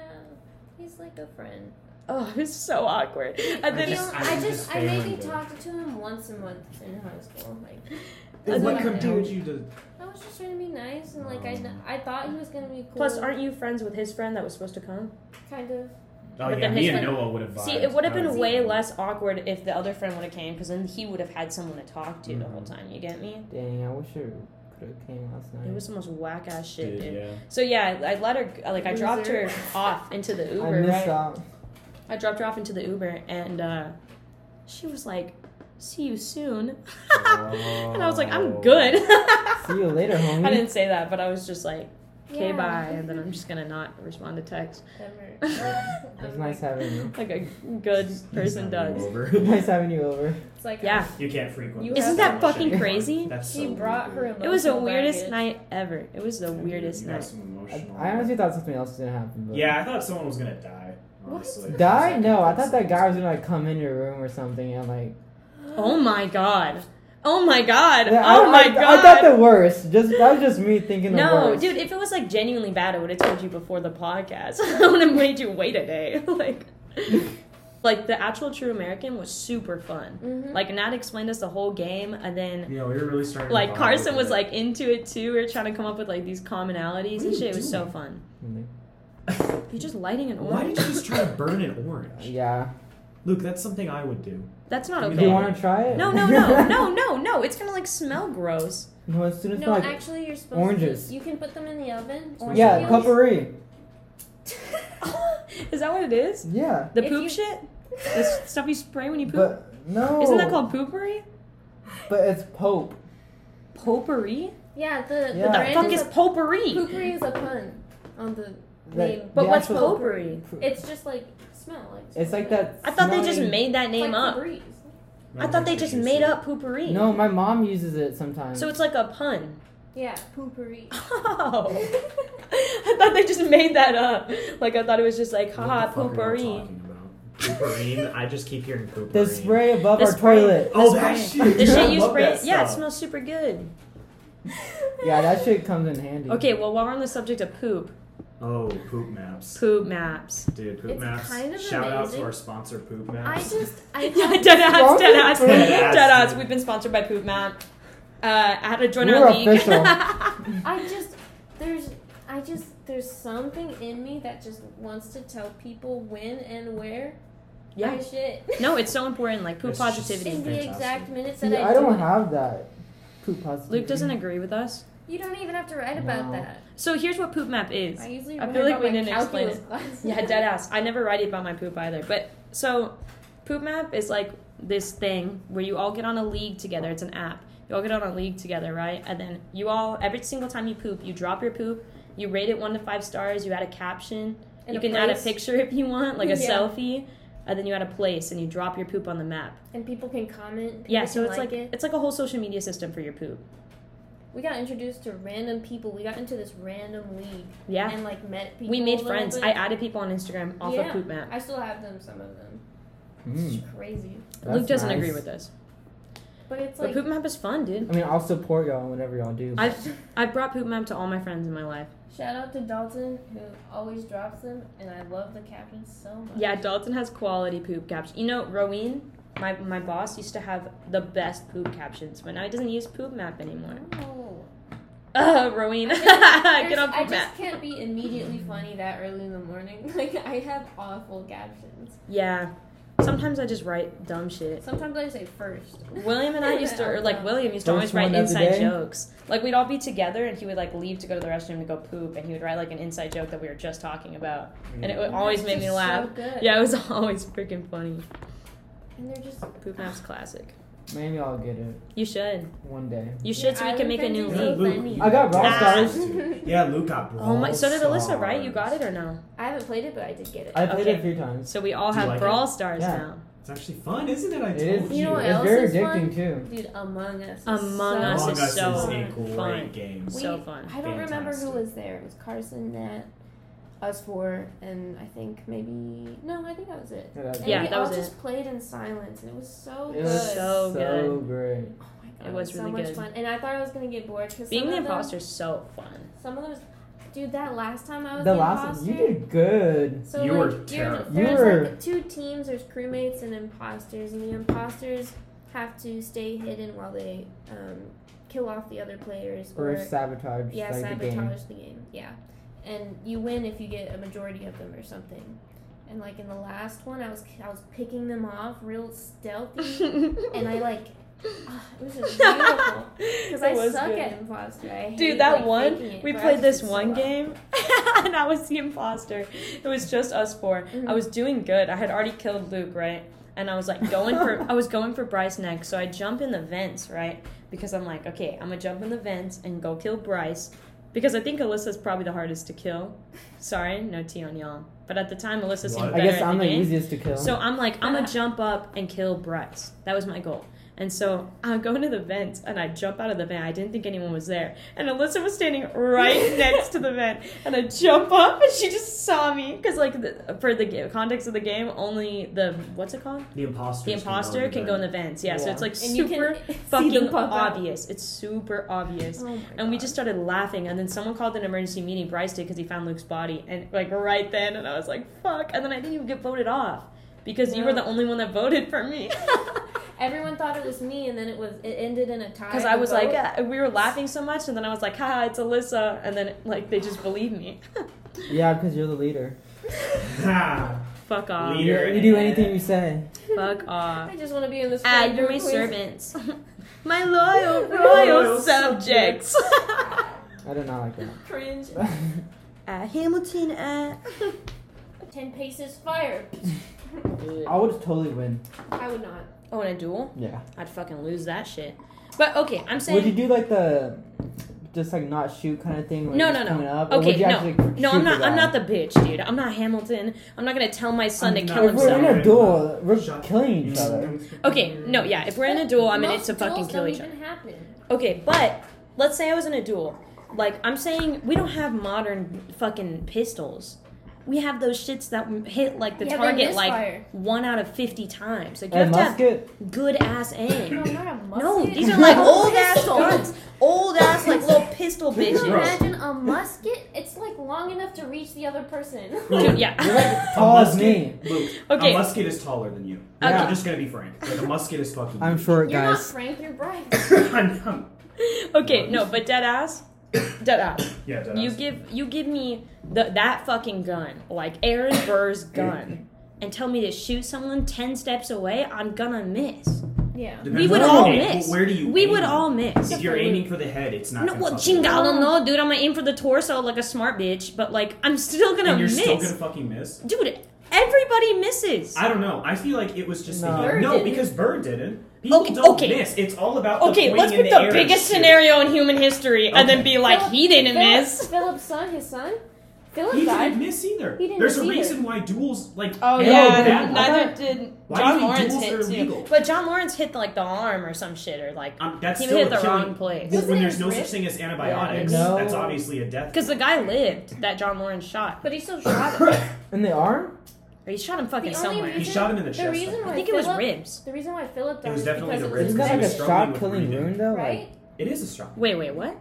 E: he's like a friend.
B: Oh, it's so awkward. And
E: I
B: then
A: just-
E: just,
A: I
E: I
A: was
E: just,
A: just
E: I maybe
A: failing it.
E: talked to him once a month in high school. Like,
B: And
A: what
B: then-
A: compared you to?
E: I was just trying to be nice and like I, kn- I thought he was gonna be cool.
B: plus, aren't you friends with his friend that was supposed to come?
E: kind of.
A: Oh
B: But
A: yeah,
B: then
A: me
B: his
A: and
B: friend-
A: Noah would have.
B: See, it would have been
E: was
B: way
E: even-
B: less awkward if the other friend would have came, because then he would have had someone to talk to the whole
A: Mhm.
B: time. You get me?
C: Dang, I wish I could have came last night.
B: It was the most whack ass shit,
A: Dude,
B: dude.
A: yeah.
B: So yeah, I let her like I dropped her off into the Uber.
C: I missed
B: right?
C: out.
B: I dropped her off into the Uber, and uh, she was like, "See you soon," and I was like, "I'm good."
C: See you later, homie.
B: I didn't say that, but I was just like, "Okay,
E: Yeah.
B: bye," and then I'm just gonna not respond to text.
E: Never.
C: It was nice having you.
B: like a good person does.
C: nice having you over.
E: It's like
B: Yeah.
A: You can't frequent.
E: You
A: this
E: have
B: Isn't that
A: kind of
B: fucking
A: shit.
B: crazy?
A: That's
E: She
A: so
E: brought her.
A: weird.
B: It was the
E: emotional
B: weirdest
E: baggage.
B: night ever. It was the weirdest
A: You got
B: night.
A: some
C: I,
A: emotional-
C: I honestly thought something else was gonna happen. But
A: Yeah, I thought someone was gonna die.
E: What?
A: Honestly.
C: Die? No, I thought that guy was gonna like come in your room or something and like.
E: Mm-hmm.
B: Oh my god. Oh my god.
C: Yeah, I,
B: oh my
C: I,
B: god.
C: I thought the worst. Just that was just me thinking. the
B: no,
C: worst.
B: dude, if it was like genuinely bad, I would have told you before the podcast. I would have made you wait a day. like like the actual True American was super fun.
A: Mm-hmm.
E: Mhm.
B: Like Nat explained us the whole game and then
A: Yeah, we were really starting. to
B: like
A: bond
B: Carson
A: over
B: was
A: it.
B: like into it too. We were trying to come up with like these commonalities
A: What are
B: and
A: you
B: shit. It was so
A: doing?
B: fun. You're just lighting an orange.
A: Why did you just try to burn an orange?
C: Yeah.
A: Luke, that's something I would do.
B: That's not
A: You
B: okay.
C: Do you want to try it?
B: No, no, no, no, no, no. It's gonna like smell gross.
C: no. As soon as
E: No,
C: like
E: actually, you're supposed
C: oranges.
E: to. You can put them in the oven.
A: Orange
C: yeah,
A: juice.
C: potpourri.
B: is that what it is?
C: Yeah,
B: The
E: If
B: poop
E: you-
B: shit? The s- stuff you spray when you poop?
C: but no.
B: Isn't that
A: oh.
B: called poopery?
C: But it's Pope.
B: Potpourri?
E: yeah, the
C: Yeah.
E: the,
B: What the
E: brand
B: fuck
E: is,
B: is
E: a,
B: potpourri?
E: poopery is a pun on the
C: Like,
E: name.
B: But
C: the
B: what's
C: actual-
B: potpourri?
E: It's just like smell. Like
C: It's like that.
B: I thought they just
C: smelly-
B: made that
E: It's
B: name
E: like
B: up.
E: Febreze.
B: I thought they just made up poopery.
C: No, my mom uses it sometimes.
B: So it's like a pun.
E: Yeah, poopery.
B: Oh. I thought they just made that up. Like I thought it was just like, haha, potpourri.
A: Pooperine. I just keep hearing pooperine.
C: the spray above
B: The
C: our
B: spray-
C: toilet.
A: Oh,
B: The
A: that
B: spray-
A: shit.
B: The
A: Dude, I
B: shit you
A: love
B: spray.
A: that
B: Yeah, it
A: stuff.
B: smells super good.
C: Yeah, that shit comes in handy.
B: Okay, well, while we're on the subject of poop,
A: Oh, poop maps.
B: poop maps.
A: Dude, poop
E: It's
A: maps.
E: kind of
A: Shout out to
E: amazing.
A: our sponsor, poop
E: I
A: maps.
E: just I
B: Yeah,
E: have-
B: dead ass, dead ass,
A: Dead ass.
B: dead ass. We've been sponsored by Poop Map. Uh, I had to join
C: We're
B: our league.
C: official.
E: I just there's I just there's something in me that just wants to tell people when and where
B: yeah.
E: I shit
B: No, it's so important. Like poop
A: It's just-
E: in
B: positivity.
E: the
A: Fantastic.
E: exact minutes that
C: See,
E: I,
C: I don't
E: it.
C: have that. Poop positive.
B: Luke doesn't agree with us.
E: You don't even have to write about
C: No.
E: that.
B: So here's what Poop Map is.
E: I usually
B: I
E: write
B: feel like
E: about
B: we
E: my
B: didn't explain
E: calculus class.
B: Yeah, dead ass. I never write about my poop either. But so, Poop Map is like this thing where you all get on a league together. It's an app. You all get on a league together, right? And then you all, every single time you poop, you drop your poop. You rate it one to five stars. You add a caption.
E: And
B: you
E: a
B: can add a
E: price.
B: picture if you want, like a
E: Yeah.
B: selfie. and then you had a place and you drop your poop on the map.
E: And people can comment. People
B: Yeah, so
E: can
B: it's like,
E: it.
B: it's like a whole social media system for your poop.
E: we got introduced to random people. We got into this random league
B: Yeah.
E: and like met people.
B: we
E: a
B: made
E: little
B: friends.
E: bit.
B: I added people on Instagram off
E: Yeah.
B: of poop map.
E: I still have them. Some of them.
C: Hmm,
E: It's crazy.
C: that's
B: Luke doesn't
C: nice.
B: agree with this.
E: But it's
B: But
E: like
B: poop map is fun, dude.
C: I mean, I'll support y'all in whatever y'all do.
B: I've I've brought poop map to all my friends in my life.
E: shout out to Dalton who always drops them, and I love the captain so much.
B: Yeah, Dalton has quality poop captions. You know, Rowan, my my boss used to have the best poop captions, but now he doesn't use poop map anymore.
E: Oh.
B: Uh, Rowan,
E: I just-
B: get off
E: I
B: poop
E: just
B: map.
E: can't be immediately funny that early in the morning. Like I have awful captions.
B: Yeah, sometimes I just write dumb shit.
E: Sometimes I say first.
B: William and I used to, or like William used to always
C: First
B: write
C: one of the
B: inside
C: day?
B: jokes. Like we'd all be together, and he would like leave to go to the restroom to go poop, and he would write like an inside joke that we were just talking about, and it
A: Mm.
B: would always
E: It's
B: make me
E: just
B: laugh.
E: So good.
B: Yeah, it was always freaking funny.
E: And they're just
B: Poop map's classic.
C: Maybe I'll get it
B: You should.
C: one day.
B: You should, so we can make a new
A: Yeah,
E: Island
A: Luke,
B: league.
E: Friends is so funny.
A: you
C: I got Brawl
A: Brawl
B: Stars.
A: dude. Yeah, Luke got Brawl
B: Oh my! So did Alyssa, right? You got
A: Stars.
B: it or no?
E: I haven't played it, but I did get it.
C: I played
B: Okay.
C: it a few times.
B: So we all
A: Do you
B: have
A: like
B: Brawl Stars
C: Yeah.
B: now.
A: It's actually fun, isn't it? I
C: It
A: told
C: is.
E: You know what
C: it's
E: else
C: very
E: is
C: addicting
E: fun?
C: too.
E: Dude, Among Us. Is
B: Among
E: so
B: Us
A: Among
B: is
A: Us
B: so
A: is a
B: fun.
A: great game.
E: We-
B: So fun.
E: I don't remember who
A: Fantastic.
E: was there. It was Carson, Nat, us four, and I think maybe no, I think that was it.
C: Yeah, that's
E: And
B: Yeah,
E: we
B: that
E: all
B: was
E: just played in silence, and it was so
C: It
E: good.
C: was
B: So
C: so,
B: good.
C: great.
E: oh my god,
B: it was
E: so
B: really
E: much
B: good.
E: fun. And I thought I was gonna get bored because
B: Being
E: some
B: the
E: of them-
B: imposter is so fun.
E: Some of those, dude. That last time I was
C: The
E: the
C: last
E: imposter,
C: you did good.
E: So
A: You
E: like,
A: were
E: you're-
A: terrible.
E: There's
C: You were-
E: like two teams. There's crewmates and imposters, and the imposters have to stay hidden while they um, kill off the other players
C: Or sabotage
E: yeah
C: like the game.
E: sabotage the game. Yeah, and you win if you get a majority of them or something. And like in the last one, I was I was picking them off real stealthy, and I like ah, it was just beautiful. Because I suck at imposter. I hate,
B: Dude, that
E: like,
B: one
E: faking it,
B: we
E: but I
B: played
E: just
B: this
E: did so
B: one
E: well.
B: game, and I was the imposter. It was just us 4 I
E: Mhm.
B: was doing good. I had already killed Luke, right? And I was like going for I was going for Bryce next, so I jump in the vents, right? Because I'm like, okay, I'm gonna jump in the vents and go kill Bryce, because I think Alyssa's probably the hardest to kill. Sorry, no tea on y'all. But at the time, Alyssa seemed
A: What? I
B: better
C: I guess
B: at
C: I'm
B: the
C: the
B: game.
C: easiest to kill.
B: So I'm like, I'm gonna jump up and kill Bryce. That was my goal. And so I go into the vent and I jump out of the vent. I didn't think anyone was there. And Alyssa was standing right next to the vent. And I jump up and she just saw me. Because, like, the, for the ga- context of the game, only the, what's it called?
A: The imposter.
B: The imposter can go in the vents. Yeah, so
C: Yeah.
B: it's like
E: And you can
B: super
E: see them
B: fucking
E: pop out.
B: obvious. It's super obvious.
E: Oh my
B: And we
E: God.
B: just started laughing, and then someone called an emergency meeting. Bryce did because he found Luke's body, and like right then, and I was like, "Fuck!" And then I didn't even get voted off because you were
E: No.
B: the only one that voted for me.
E: Everyone thought it was me, and then it was it ended in a tie.
B: Because I was like, uh, we were laughing so much, and then I was like, "Ha, it's Alyssa," and then like they just believed me.
C: yeah, because you're the leader.
A: Ha!
B: Fuck off.
A: Leader. You're-
C: You do anything you say.
B: Fuck off.
E: I just want to be in this.
B: Ah,
E: one
B: you're
E: group
B: my
E: with-
B: servants. My loyal, royal
A: Royal
B: subjects.
C: I do not like that.
E: Cringe.
B: uh, Hamilton, uh.
E: Ten paces, fire.
C: I would totally win.
E: I would not.
B: Oh, in a duel?
C: Yeah.
B: I'd fucking lose that shit. But okay, I'm saying.
C: Would you do like the just like not shoot kind of thing? Like
B: No,
C: just
B: no,
C: coming
B: no.
C: Up, or would
B: Okay,
C: you
B: no,
C: actually, like,
B: no.
C: shoot
B: I'm not.
C: the
B: I'm
C: guy?
B: not the bitch, dude. I'm not Hamilton. I'm not gonna tell my son to
A: I'm
B: kill
A: not-
C: If we're in
B: himself.
C: a duel, we're
A: Shut-
C: killing each other.
B: Okay, no, yeah. If we're in a duel, I'm in it
E: Most
B: to fucking
E: duels
B: kill
E: don't
B: each other.
E: even happen.
B: Okay, but let's say I was in a duel. Like I'm saying, we don't have modern fucking pistols. We have those shits that m- hit like the
E: Yeah, they
B: target like
E: misfire.
B: one out of fifty times. Like you
C: A
B: have to have
C: musket.
B: good ass
E: No,
B: aim.
E: not a musket.
B: No, these are like old ass
E: Pistol.
B: guns, old ass like little pistol
E: Can you
B: bitches.
E: imagine a musket? It's like long enough to reach the other person.
B: Dude,
C: You're
B: yeah.
C: like tall as me.
A: musket- Luke,
B: Okay.
A: a musket is taller than you.
B: Okay.
A: I'm just gonna be frank. Like, a musket is fucking.
C: I'm
A: huge.
C: short,
E: You're not
C: guys.
E: Frank, you're Brian.
A: I'm, I'm-
B: Okay, no, but dead ass, dead ass.
A: yeah, deadass.
B: You give you give me the, that fucking gun, like Aaron Burr's gun, and tell me to shoot someone ten steps away. I'm gonna miss.
E: Yeah.
A: Depends
B: We would
A: on
B: all
A: the aim,
B: miss.
A: but Where do you?
B: We would
A: aim?
B: all miss.
A: If you're aiming for the head, it's not.
B: No,
A: gonna
B: well,
A: fucking
B: jinga, I
A: work.
B: don't know, dude. I'm gonna aim for the torso like a smart bitch, but like I'm still gonna
A: And you're
B: miss,
A: still gonna fucking miss.
B: dude. Everybody misses.
A: I don't know. I feel like it was just
C: No.
A: the
E: Bird
A: no,
E: didn't.
A: because Bird didn't. People
B: Okay,
A: don't
B: okay.
A: miss. It's all about
B: okay,
A: The
B: let's
A: pointing
B: pick
A: in
B: the
A: air
B: biggest
A: and shit.
B: scenario in human history, and then
A: Okay.
B: be like,
E: Philip-
B: he didn't
E: Philip-
B: miss.
E: Philip's son, his son. Philip
A: He
E: died.
A: didn't miss either.
E: He didn't
A: There's a
E: miss either.
A: reason why duels like
D: Oh,
A: arrow
D: yeah,
A: that
D: not-
A: way.
D: why-
B: neither did
A: Why do
B: John
A: you think
B: Lawrence
A: duels
B: hit
A: are
B: too.
A: illegal?
B: But John Lawrence hit like the arm or some shit or like
A: Um, that's
B: He
A: still
B: hit
A: a
B: the
A: killing-
B: wrong place.
A: Well,
E: Wasn't
A: when
E: it
A: there's no
E: his
A: such
E: wrist?
A: thing as antibiotics,
C: Yeah. No.
A: that's obviously a death.
B: because the guy lived that John Lawrence shot.
E: But he still shot him.
C: In the arm?
B: Or he shot him fucking
E: The only
B: somewhere.
A: He
E: reason-
A: shot him in the
E: the
A: chest.
E: reason
A: think.
E: why
B: I think it was
E: Philip-
B: ribs.
E: The reason why Philip died
A: It was
E: is
A: definitely
E: because
A: the
E: it was
A: ribs
C: Isn't
A: he
C: that like
A: was
C: a
A: struggling
C: shot
A: with
C: killing
A: breathing.
C: wound though?
E: right.
A: It is a strong.
B: Wait, wait, what?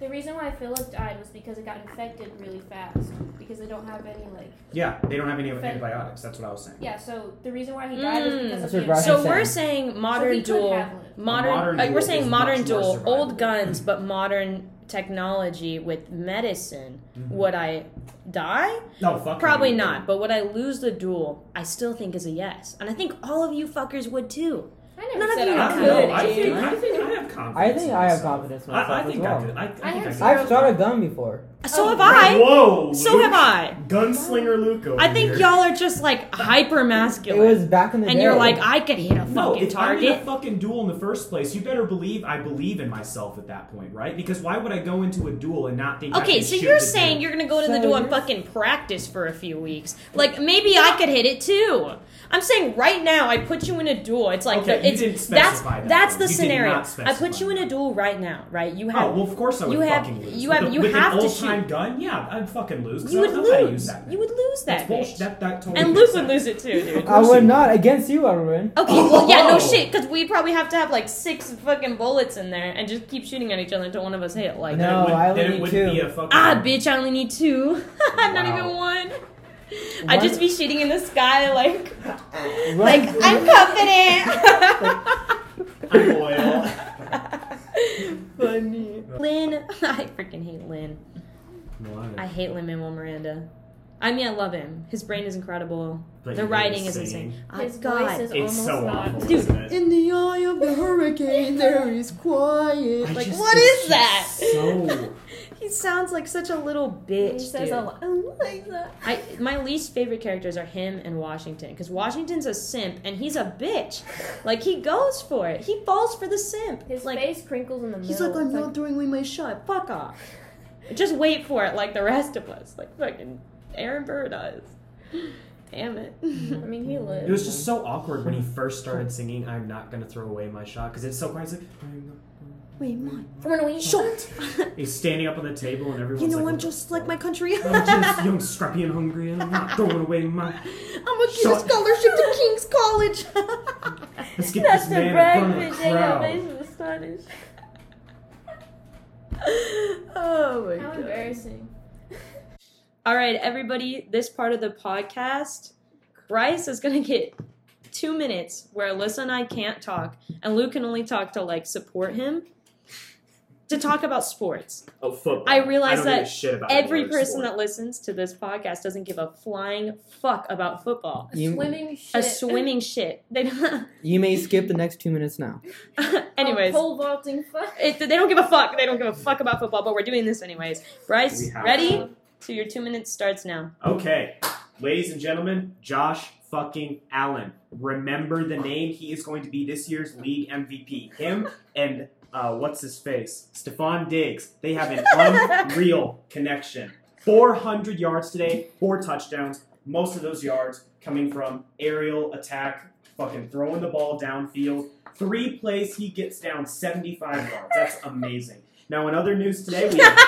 E: The reason why Philip died was because it got infected really fast because they don't have any like
A: Yeah, they don't have any
E: Fair.
A: antibiotics. That's what I was saying.
E: yeah. So the reason why he died was
B: Mm.
E: because
C: That's what
E: of the
C: Brian
B: So
C: said.
B: we're saying modern
E: he could
B: duel,
E: have lived.
B: modern.
A: Modern
B: like, we're
A: duel
B: saying
A: is
B: modern
A: much more
B: duel, old
A: survivable.
B: guns, but modern technology with medicine.
A: Mhm.
B: Would I die?
A: No, fuck.
B: Probably
A: you.
B: not. But would I lose the duel? I still think is a yes, and I think all of you fuckers would too.
E: I never
B: None of
E: said
B: you
E: I
A: I
E: was
A: don't
B: could.
A: know.
E: good,
A: I think,
E: dude.
A: I think I have confidence.
C: I think
A: in
C: I have
A: myself.
C: confidence in
A: I, I
C: myself
A: think
C: as well.
A: I do. I, I, think
E: have
A: I do.
E: zero-
C: I've shot a gun before.
B: So
E: Oh,
B: have I.
A: Whoa!
B: So have I.
A: Gunslinger Luke. Over
B: I think
A: here.
B: y'all are just like hyper
C: It
B: masculine,
C: was back in the day.
B: and you're like, I could hit a
A: No,
B: fucking
A: if I'm in a
B: target.
A: fucking duel in the first place, you better believe I believe in myself at that point, right? Because why would I go into a duel and not think? I
B: Okay,
A: can
B: so
A: shoot
B: you're
A: the
B: saying
A: dude?
B: you're gonna go to the
C: So
B: duel and
C: you're-
B: fucking practice for a few weeks. Like maybe I could hit it too. I'm saying right now I put you in a duel. It's like
A: Okay,
B: the,
A: you
B: it's
A: didn't
B: that's
A: specify that,
B: that's the
A: though. You did
B: scenario.
A: not
B: I put you in
A: specify.
B: a duel right now, right? You have
A: Oh well, of course I would
B: you have-
A: fucking lose.
B: you
A: With
B: have-
A: a-
B: you
A: with
B: have
A: an
B: to
A: old time
B: shoot.
A: gun. Yeah, I'd fucking lose. 'cause
B: you
A: I
B: would
A: don't know how to use
B: lose.
A: that.
B: You would lose
A: That's
B: that.
A: bullshit.
B: bitch.
A: That, that totally
B: And
A: makes
B: Luke would
A: sense.
B: lose it too, dude.
C: I would not against you, I would win.
B: Okay, well, yeah, no
A: Oh.
B: shit, because we probably have to have like six fucking bullets in there and just keep shooting at each other until one of us hit. Like,
C: No,
A: Then it
C: I
A: wouldn't- then
C: only
A: it wouldn't
C: two.
A: be a fucking.
B: ah,
D: Um,
B: bitch, I only need two. Not
A: Wow.
B: even one. I'd just be shooting in the sky, like,
C: Run-
B: like I'm confident.
A: I'm loyal.
B: Funny. Lynn, I freaking hate Lynn. I hate Lin Manuel Miranda. I mean, I love him. His brain is incredible.
A: But
B: the
A: his
B: writing is
A: singing.
B: insane. Oh,
E: His
B: God.
E: voice is
A: It's
E: almost
A: so
E: not.
A: awful,
B: Dude,
A: isn't it?
D: In the eye of the hurricane, there is quiet.
A: I
B: like,
A: just-
B: what
A: it's
B: is
A: just
B: that?
A: So
B: He sounds like such a little
E: He
B: bitch.
E: says
B: dude.
E: a lot. Eliza.
B: I my least favorite characters are him and Washington because Washington's a simp and he's a bitch. Like he goes for it. He falls for the simp.
E: His
B: like
E: face crinkles in the middle.
B: he's like I'm
E: It's
B: not throwing away my shot. Fuck off. Just wait for it, like the rest of us. Like fucking Aaron Burr does. Damn it.
E: I mean, he
A: it
E: lived.
A: was just so awkward when he first started singing. I'm not gonna throw away my shot because it's so quiet. He's, like, "I'm not
B: wait, my
E: From when we
B: shot.
A: He's standing up on the table and everyone's
B: you know
A: like,
B: I'm
A: "What the
B: just like
A: fuck?"
B: my country.
A: I'm just young, scrappy, and hungry, and I'm not throwing away my.
B: I'm gonna get a
A: Shut-
B: scholarship to King's College.
A: Let's get
E: That's
A: this
E: the
A: man in front of
E: breakfast.
A: the
E: Hang on,
A: crowd.
E: faces of Spanish.
B: oh my
E: How
B: god.
E: embarrassing.
B: All right, everybody, this part of the podcast, Bryce is going to get two minutes where Alyssa and I can't talk, and Luke can only talk to like support him to talk about sports.
A: Oh, football.
B: I realize
A: don't give
B: that
A: a shit about
B: Every
A: another
B: person
A: sport.
B: that listens to this podcast doesn't give a flying fuck about football.
C: You-
E: swimming shit.
B: A swimming shit. They don't.
C: You may skip the next two minutes now.
B: Anyways,
E: Pole vaulting. Fuck.
B: it, they don't give a fuck. They don't give a fuck about football, but we're doing this anyways.
A: We
B: Bryce,
A: have
B: ready?
A: to.
B: So your two minutes starts now.
A: Okay, ladies and gentlemen, Josh fucking Allen. Remember the name. He is going to be this year's league MVP. Him and uh, what's his face, Stephon Diggs. They have an unreal connection. 400 yards today, four touchdowns. Most of those yards coming from aerial attack, fucking throwing the ball downfield. Three plays, he gets down 75 yards. That's amazing. Now, in other news today, we have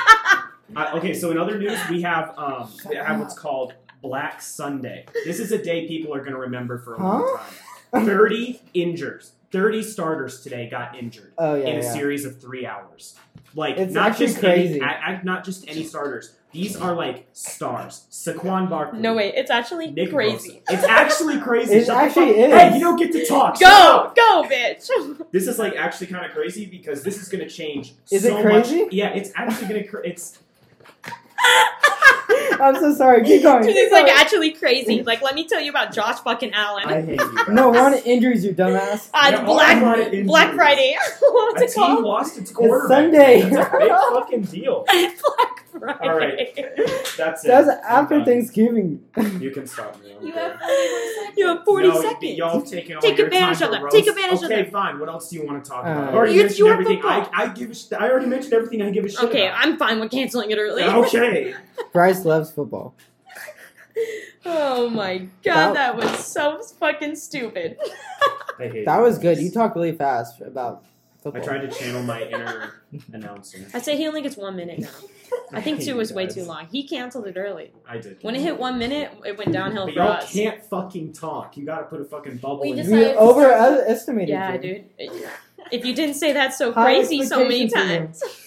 A: uh, okay, so in other news, we have um, we have what's called Black Sunday. This is a day people are going to remember for a long time. Thirty injures, thirty starters today got injured
C: Oh yeah,
A: in a
C: yeah.
A: series of three hours. Like
C: It's
A: not
C: actually
A: just
C: crazy.
A: Any, I, I, not just any starters. These are like stars. Saquon Barkley.
B: No, wait, it's actually
A: Nick
B: crazy.
A: Bosa. It's actually crazy.
C: It
A: Shut the
C: actually
A: fuck-
C: is.
A: Hey, you don't get to talk. Shut up.
B: Go, go, bitch.
A: This is like actually kind of crazy because this is going to change.
C: Is it
A: so
C: crazy?
A: Much. Yeah, it's actually going to. Cr- it's
C: I'm so sorry. Keep going.
B: She's
C: Keep
B: like
C: going.
B: actually crazy. Like, let me tell you about Josh fucking Allen.
A: I hate you.
C: No, we're on to injuries, you dumbass.
B: Uh,
A: Yeah, all I want
B: Black
A: is
B: Black
A: injuries.
B: Friday. What's
A: A
B: it
A: team
B: called?
A: lost its quarterback.
C: Sunday.
A: That's a big fucking deal.
B: Black Friday.
A: All right. That's it.
C: That's
A: I'm
C: after
A: done.
C: Thanksgiving.
A: You can stop me. I'm
E: You
A: good.
E: have 41 seconds.
B: You have 40
A: no, y-
B: seconds.
A: Y'all have taken all
B: Take
A: your time
B: advantage of
A: to
B: that. Take
A: roast-
B: advantage of
A: Okay,
B: that.
A: fine. What else do you want to talk
C: Uh,
A: about? I already
B: You-
A: mentioned
B: you are
A: everything. I,
B: football.
A: I give a shit. I already mentioned everything I give a shit.
B: Okay,
A: about.
B: I'm fine with canceling it early.
A: okay.
C: Bryce loves football.
B: Oh my god, that
C: That-
B: was so fucking stupid.
A: I hate
C: That
A: you
C: was
A: guys.
C: good. You talk really fast about
A: I
C: football.
A: tried to channel my inner announcer.
B: I say he only gets one minute now. I think
A: hate
B: two
A: you
B: was way
A: guys.
B: too long. He canceled it early.
A: I did.
B: When it hit one minute, it went downhill
A: but
B: for
A: y'all
B: us.
A: can't fucking talk. You gotta put a fucking bubble
E: We
A: in
E: just
A: your-
C: You
E: decided to
C: overestimated.
B: yeah,
C: you.
B: dude. If you didn't say that so
C: High
B: crazy so many
C: expectations
B: times.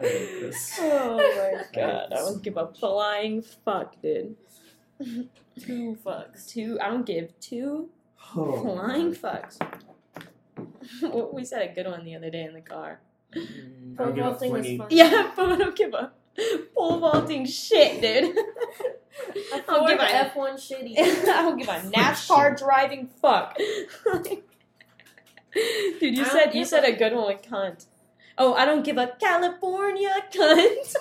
A: I hate this.
B: oh my god,
A: Thanks.
B: I don't give a flying fuck, dude.
D: Two fucks.
B: Two, I don't give two
A: Oh,
B: flying fucks. we said a good one the other day in the car.
C: Mm.
A: I don't give a
E: Pole vaulting was
A: flinging-
E: fun.
B: Yeah, but I don't give a pole vaulting shit, dude.
E: A
B: I don't
E: Ford
B: give a
E: F1 shitty.
B: I don't give a Oh, NASCAR driving fuck. Dude, you
E: I
B: said
E: don't
B: you
E: give
B: said
E: a-
B: a good one with cunt. Oh, I don't give a California cunt.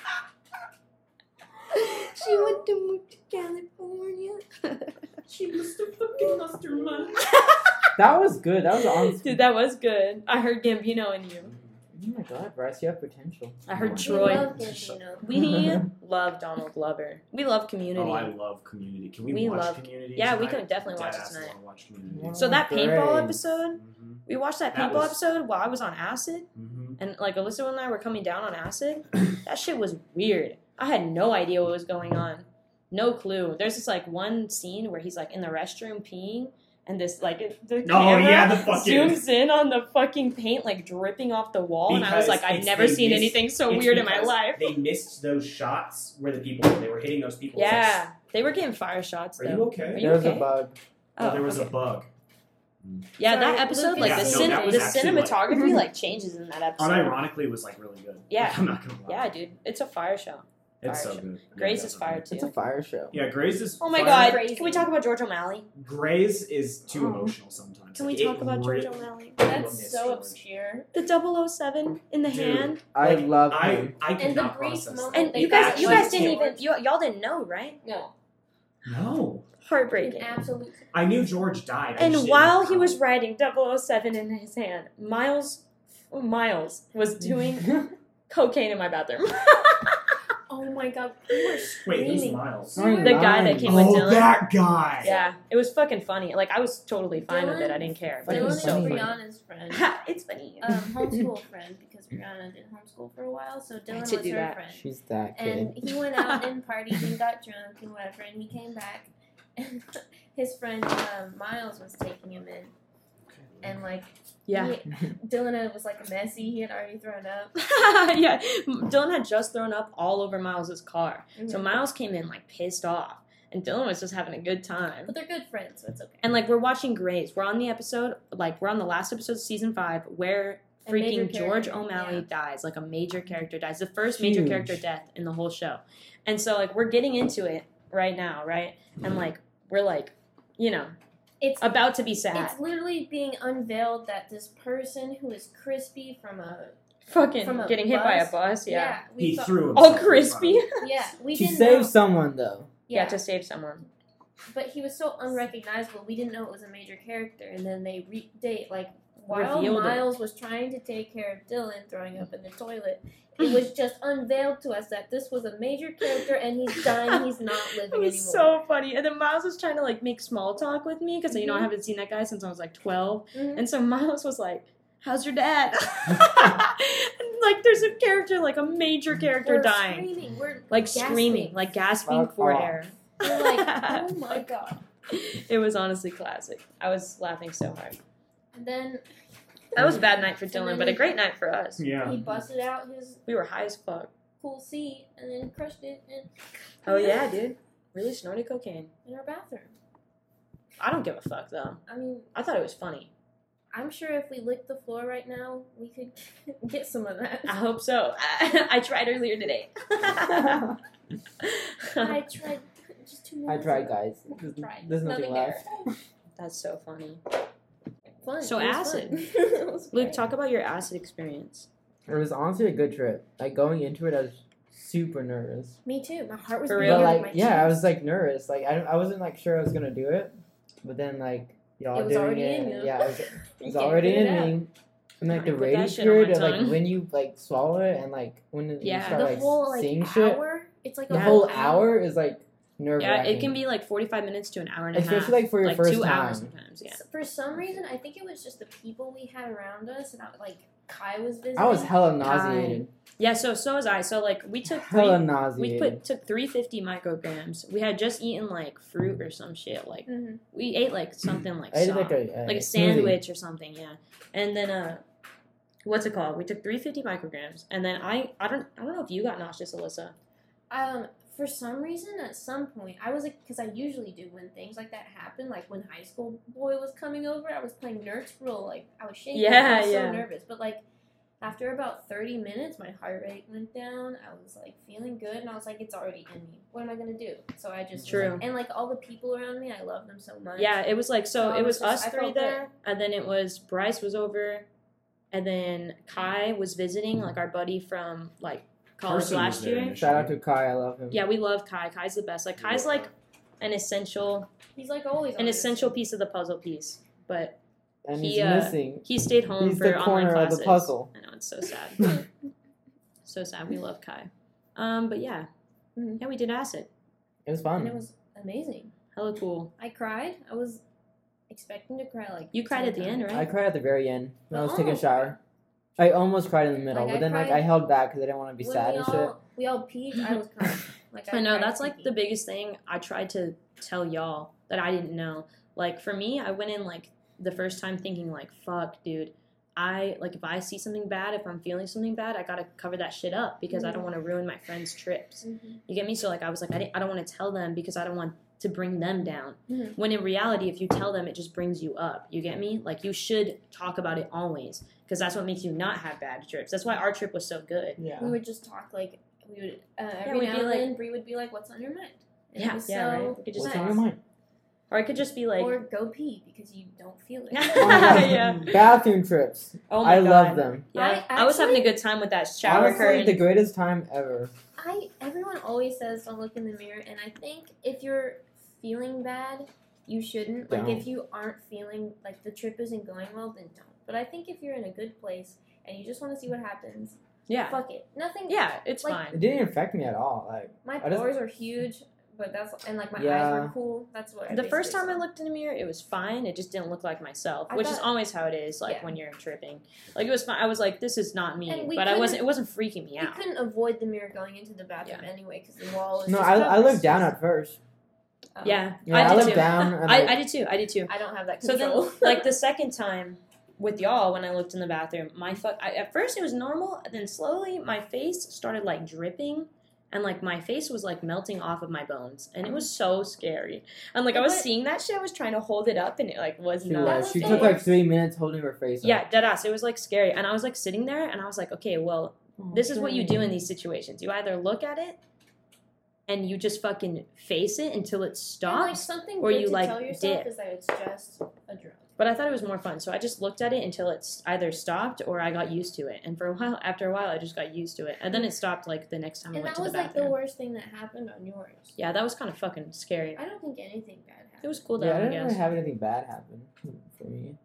B: she went to move to California.
E: She was the fucking mustard man.
C: That was good. That was honest.
B: Dude, that was good. I heard Gambino in you.
C: Oh my god, Bryce, you have potential.
B: I heard
E: We
B: Troy.
E: love Gambino.
B: We love Donald Glover. We love Community.
A: Oh, I love Community. Can we,
B: We
A: watch
B: love-
A: Community?
B: yeah, we
A: tonight?
B: could definitely watch
A: Deadass
B: it tonight.
A: wanna watch Community.
C: Yeah.
B: So that paintball
C: Great.
B: episode,
A: Mhm,
B: we watched that
A: That
B: paintball
A: was-
B: episode while I was on acid.
A: mhm.
B: and like Alyssa and I were coming down on acid. that shit was weird. I had no idea what was going on. No clue. There's this like one scene where he's like in the restroom peeing, and this like it- the
A: Oh,
B: camera
A: yeah, the fucking.
B: zooms in on the fucking paint like dripping off the wall, and I was
A: Because
B: like, I've
A: it's
B: never
A: the
B: seen
A: mis-
B: anything so
A: It's
B: weird in my
A: because
B: life.
A: They missed those shots where the people they were hitting those people. It's like,
B: Yeah, they were getting fire shots
A: Are you
B: though.
A: okay?
B: Are you
C: There was
B: okay?
C: a bug.
A: Oh, there was
B: okay.
A: a bug.
B: yeah. That
E: Sorry,
B: episode,
E: Lucas
B: like the,
A: Yeah, no,
B: cin-
A: that was
B: the
A: actually, like-
B: cinematography, like changes in that episode.
A: Unironically, was like really good.
B: Yeah.
A: Like, I'm not gonna lie.
B: Yeah, dude, it's a fire show.
A: it's
B: fire
A: so
B: show.
A: good. Yeah,
B: Grace is
A: definitely.
B: fire
C: It's a
B: too.
C: fire show.
A: Yeah, Grace is.
B: Oh my
A: fire.
B: god,
E: Crazy.
B: can we talk about George O'Malley?
A: Grace is too
C: Oh.
A: emotional sometimes.
B: Can we
A: Like, it
B: talk about
A: re-
B: George O'Malley?
A: Miss
D: That's so
A: George.
D: obscure.
B: The 007 in the
A: Dude.
B: hand.
C: I
A: Like,
C: love
A: I
C: him.
A: I
E: And the
A: cannot
E: brief
A: process.
E: moment
A: that.
B: And
E: They
B: you guys you guys
A: actually
B: didn't
E: can't-
B: even you, y'all didn't know, right?
D: No.
A: No,
E: An
B: Heartbreaking.
E: absolute.
A: I knew George died. I just
B: And
A: didn't
B: while
A: know
B: he
A: how.
B: was riding 007 in his hand, Miles Miles was doing cocaine in my bathroom.
E: Oh my god, we were
A: wait, who's
E: screaming.
A: Miles?
E: We were
B: The guy that
C: Nice.
B: came with
A: oh,
B: Dylan.
A: that guy.
B: yeah, it was fucking funny. Like I was totally fine with it. I didn't care. But it
E: Dylan
B: was
E: is
B: so
C: funny.
E: Brianna's friend.
B: Ha, it's funny.
E: Um, homeschool friend because Brianna did homeschool for a while, so
B: I
E: Dylan was
B: should
E: her
B: do that.
E: friend.
C: She's that
E: And
C: kid.
E: he went out and partied and got drunk and whatever, and he came back, and his friend um, Miles was taking him in, and like
B: Yeah.
E: he- Dylan had- was like messy. He had already thrown up.
B: yeah. Dylan had just thrown up all over Miles's car. So Miles came in like pissed off. And Dylan was just having a good time.
E: But they're good friends, so it's okay.
B: And like we're watching Grays. We're on the episode, like we're on the last episode, of season five, where
E: A major
B: freaking George
E: character,
B: O'Malley
E: yeah.
B: dies. Like a major character dies. The first major
C: Huge.
B: character death in the whole show. And so like we're getting into it right now, right? And like we're like, you know,
E: It's
B: about to be sad.
E: it's literally being unveiled that this person who is crispy from a
B: Fucking
E: from a
B: getting hit by a
E: bus.
B: bus, yeah.
E: we
A: He
E: thought-
A: threw him.
B: All Oh, crispy.
E: yeah we
C: she
E: didn't
C: saved
E: know.
C: someone though.
B: Yeah.
E: yeah
B: to save someone.
E: but he was so unrecognizable we didn't know it was a major character and then they re- they like while
B: Revealed it.
E: miles was trying to take care of dylan throwing up in the toilet it was just unveiled to us that this was a major character and he's dying he's not living
B: It was
E: anymore
B: so funny. And then Miles was trying to like make small talk with me because you
E: Mm-hmm.
B: know I haven't seen that guy since I was like twelve.
E: Mhm.
B: And so Miles was like, How's your dad? And, like, there's a character, like a major character
E: We're
B: dying.
E: screaming. We're
B: Like
E: gasping.
B: screaming, like gasping
C: Fuck
B: for
C: off.
B: air.
E: We're like, oh my god!
B: It was honestly classic. I was laughing so hard.
E: And then
B: That was a bad night for
E: And then
B: Dylan, but a
E: he-
B: great night for us.
A: Yeah.
E: he busted out his
B: We were high as fuck.
E: cool C and then crushed it in,
B: Oh, yeah, dude. Really snorted cocaine.
E: in our bathroom.
B: I don't give a fuck, though.
E: I mean,
B: I thought it was funny.
E: I'm sure if we licked the floor right now, we could get some of that.
B: I hope so. I, tried earlier today.
E: I tried just two
C: I
E: minutes.
C: tried, guys. There's,
E: Tried.
C: there's nothing,
E: Nothing
C: left.
B: That's so funny.
E: Fun.
B: So
E: it was fun.
B: acid.
E: It was
B: Luke,
E: great.
B: talk about your acid experience.
C: It was honestly a good trip. Like going into it, I was super nervous.
E: Me too. My heart was
B: For
E: beating
B: real?
C: But
E: out of
C: like,
E: my
C: yeah, I
E: chest.
C: was like nervous. Like I, I wasn't like sure I was gonna do it, but then like y'all
E: It was
C: doing
E: already
C: it,
E: in
C: and
E: you.
C: yeah, it was, it
B: You
C: was
B: can't
C: already
B: get it
C: in
B: out.
C: me. And like the
B: Put that
C: radius
B: shit on my
C: period of like
B: tongue.
C: when you like swallow it and like when it-
B: Yeah.
C: you
E: the
C: start like
E: whole like
C: seeing
E: hour.
C: shit,
E: It's like
C: the
E: a
C: whole hour is like nerve
B: Yeah, it can be like 45 minutes to an hour and a half.
C: especially like for your
B: like
C: first
B: two
C: time.
B: hours sometimes, yeah.
E: For some reason, I think it was just the people we had around us, and I, like Kai was visiting.
C: I was hella nauseated.
B: Yeah, so so was I. So like we took
C: Hella
B: three, we
C: nauseated.
B: put took 350 micrograms. We had just eaten like fruit or some shit. Like
E: Mhm.
B: we ate like something like
C: I did
B: soft.
C: like a,
B: like a
C: smoothie.
B: sandwich or something yeah and then uh what's it called we took 350 micrograms and then i i don't i don't know if you got nauseous alyssa
E: Um, for some reason, at some point, I was like, because I usually do when things like that happen. Like when high school boy was coming over, I was playing Nerds Rule. Like I was shaking.
B: Yeah,
E: I was
B: yeah.
E: so nervous. But like after about thirty minutes, my heart rate went down. I was like feeling good, and I was like, it's already in me. What am I gonna do? So I just was,
B: True.
E: like- and like all the people around me, I love them so much.
B: yeah it was like so
E: Oh,
B: it
E: it
B: was
E: was just-
B: us
E: I
B: three
E: felt good.
B: there and then it was bryce was over and then kai was visiting like our buddy from like college
A: Carson was
B: last
A: there
B: year
A: initially.
C: Shout out to Kai, I love him.
B: yeah we love kai kai's the best like kai's like an essential
E: he's like always on
B: an
E: it.
B: essential piece of the puzzle piece but
C: and
B: he,
C: he's
B: uh,
C: missing.
B: he stayed home
C: He's
B: for
C: the
B: online
C: corner of
B: classes
C: the puzzle.
B: i know it's so sad so sad we love kai um but yeah
C: Mm-hmm.
E: Mhm.
B: yeah we did acid
C: It was
E: and it
C: fun.
E: was amazing.
B: Hella cool.
E: I cried. I was expecting to cry. Like
B: You cried at the
E: ten
B: end,
E: times.
B: right?
C: I cried at the very end when I was taking
E: Oh.
C: a shower. I almost cried in the middle,
E: Like, I
C: but then like
E: cried-
C: I held back because I didn't want to be
E: When
C: sad
E: we
C: and
E: all
C: shit.
E: we all peed, I was crying. Like
B: I know
E: cried
B: that's like the
E: peeking.
B: biggest thing I tried to tell y'all that I didn't know. Like for me, I went in like the first time thinking like, "Fuck, dude." I like if I see something bad, if I'm feeling something bad, I gotta cover that shit up because I
E: Mm.
B: don't want to ruin my friends' trips.
E: Mhm.
B: You get me? So like I was like, I, didn't, I don't want to tell them because I don't want to bring them down.
E: Mhm.
B: When in reality, if you tell them, it just brings you up. You get me? Like you should talk about it always because that's what makes you not have bad trips. That's why our trip was so good.
C: Yeah.
E: We would just talk like we would uh, every
B: we'd
E: now
B: be
E: and
B: like-
E: then Bree would be like, "What's on your mind?" And it
B: Yeah,
E: was
B: yeah,
E: so
B: right? We could just
C: What's
E: nice.
C: on your mind?
B: Or it could just be like,
E: or go pee because you don't feel it.
C: Oh my God.
B: yeah.
C: Bathroom trips.
B: Oh my
C: I
B: god.
C: love them.
B: Yeah.
E: I
B: I, was having a
E: actually-
B: good time with that shower
C: Honestly,
B: curtain.
C: the greatest time ever.
E: I everyone always says don't look in the mirror, and I think if you're feeling bad, you shouldn't. Like
C: Don't.
E: if you aren't feeling like the trip isn't going well, then don't. But I think if you're in a good place and you just want to see what happens,
B: yeah.
E: fuck it. Nothing.
B: Yeah, it's
E: Like-
C: It
B: fine.
C: didn't affect me at all. Like
E: My
C: I just-
E: pores are huge, but that's and like my eyes
C: Yeah.
E: were cool. That's what. I
B: The first
E: basically
B: time I
E: saw.
B: looked in the mirror, it was fine. It just didn't look like myself,
E: I
B: which is
E: thought-
B: always how it is. Like
E: Yeah.
B: when you're tripping, like it was fine. I was like, "This is not me,"
E: And we
B: but I wasn't.
E: couldn't-
B: It wasn't freaking me
E: You
B: out.
E: couldn't avoid the mirror going into the bathroom anyway because the wall is.
C: no,
E: just
C: I, I
E: covered.
C: looked down at first.
E: Oh,
B: Yeah,
C: Yeah,
B: I
C: I
B: did
C: looked
B: too.
C: down and
B: I,
C: like-
B: I did too. I did too.
E: I don't have that
B: So then,
E: control.
B: like the second time with y'all, when I looked in the bathroom, my fuck. I, at first, it was normal, and then slowly, my face started like dripping, and like my face was like melting off of my bones, and it was so scary. And like I was
E: But-
B: seeing that shit, I was trying to hold it up, and it like was
C: She
B: not.
C: was.
E: was
C: She
E: the
C: took like
E: worst.
C: three minutes holding her face.
B: Yeah,
C: Up.
B: dead ass. It was like scary, and I was like sitting there, and I was like, okay, well,
E: Oh,
B: this is what you do in these situations. You either look at it, and you just fucking face it until it
E: And, like
B: stops.
E: something
B: or
E: good
B: you,
E: to
B: like,
E: tell yourself
B: dip.
E: is that it's just a drug.
B: But I thought it was more fun, so I just looked at it until it's either stopped or I got used to it. And for a while, after a while, I just got used to it, and then it stopped like the next time I
E: And
B: went to
E: that
B: the
E: was like
B: bathroom.
E: the worst thing that happened on yours.
B: yeah, that was kind of fucking scary.
E: I don't think anything bad happened.
B: It was cool though,
C: Yeah, I
B: I
C: didn't really
B: guess.
C: have anything bad happen for me.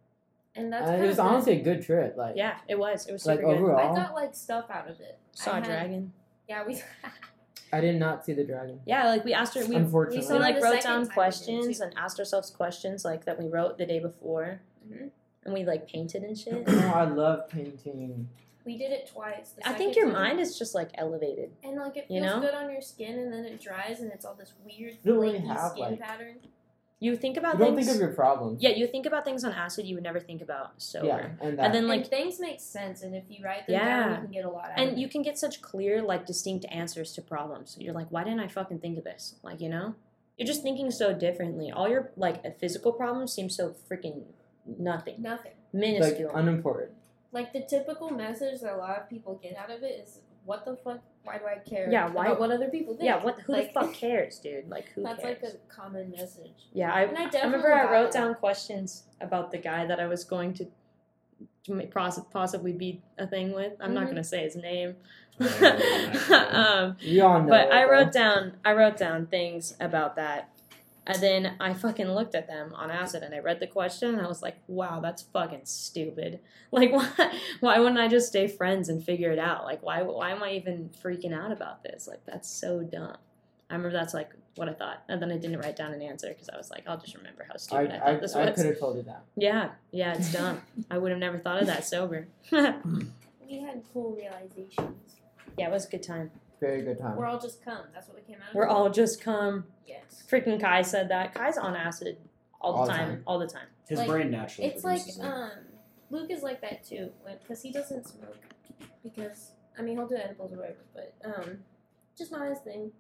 E: and that's
C: Uh,
E: kind
C: it was
E: of
C: honestly a good trip. Like
B: Yeah, it was. It was super
C: like
B: good.
E: I
C: overall,
E: got like stuff out of it. I
B: Saw a
E: had-
B: dragon.
E: Yeah, we.
C: I did not see the dragon.
B: Yeah, like we asked her. We
C: Unfortunately,
E: saw
B: we
E: So
B: like
E: the
B: wrote
E: second time
B: down
E: we did it,
B: questions
E: too.
B: and asked ourselves questions like that we wrote the day before,
E: Mhm.
B: and we like painted and shit.
C: No, Oh, I love painting.
E: we did it twice. The
B: I think
E: second
B: your
E: time-
B: mind is just like elevated.
E: And like it feels
B: you know?
E: good on your skin, and then it dries, and it's all this weird
C: You don't really
E: flaky
C: have,
E: skin
C: like-
E: pattern.
B: You think about
C: You don't
B: things.
C: think of your problems.
B: yeah, you think about things on acid you would never think about sober.
C: yeah, and that.
B: And then like
E: and things make sense, and if you write them down,
B: Yeah.
E: you can get a lot out.
B: and you can get such clear like distinct answers to problems you're like why didn't i fucking think of this like you know you're just thinking so differently all your like physical problems seem so freaking nothing
E: nothing.
C: like
B: minuscule
C: unimportant.
E: Like the typical message that a lot of people get out of it is, "What the fuck? Why do I care?
B: Yeah, why-
E: about what other people think?
B: yeah what who
E: like,
B: the fuck cares dude like who
E: That's
B: cares
E: like a common message.
B: yeah i,
E: and I
B: I remember
E: definitely
B: i
E: got
B: wrote
E: that.
B: down questions about the guy that i was going to may poss- possibly be a thing with. I'm not
D: Mhm.
E: Mm-hmm.
B: gonna say his name.
F: Oh,
B: um,
G: You all know.
B: but
G: it,
B: I
G: though.
B: wrote down I wrote down things about that. And then I fucking looked at them on acid and I read the question and I was like, wow, that's fucking stupid. Like why why wouldn't I just stay friends and figure it out? Like why why am I even freaking out about this? Like that's so dumb. I remember that's like what I thought. And then I didn't write down an answer because I was like, I'll just remember how
G: I,
B: stupid I,
G: I,
B: thought this
G: I
B: was.
G: could have told you that.
B: Yeah, yeah, it's dumb. I would have never thought of that sober.
E: We had cool realizations.
B: yeah, it was a good time.
G: Very good time.
E: We're all just cum. That's what we came out of.
B: We're all just come
E: Yes.
B: Freaking Kai said that. Kai's on acid all the,
G: All the
B: time,
G: time.
B: all the time.
A: His
E: Like,
A: brain naturally.
E: It's like
A: produces it.
E: um, Luke is like that too, because he doesn't smoke. Because I mean, he'll do edibles or whatever, but um, just not his thing.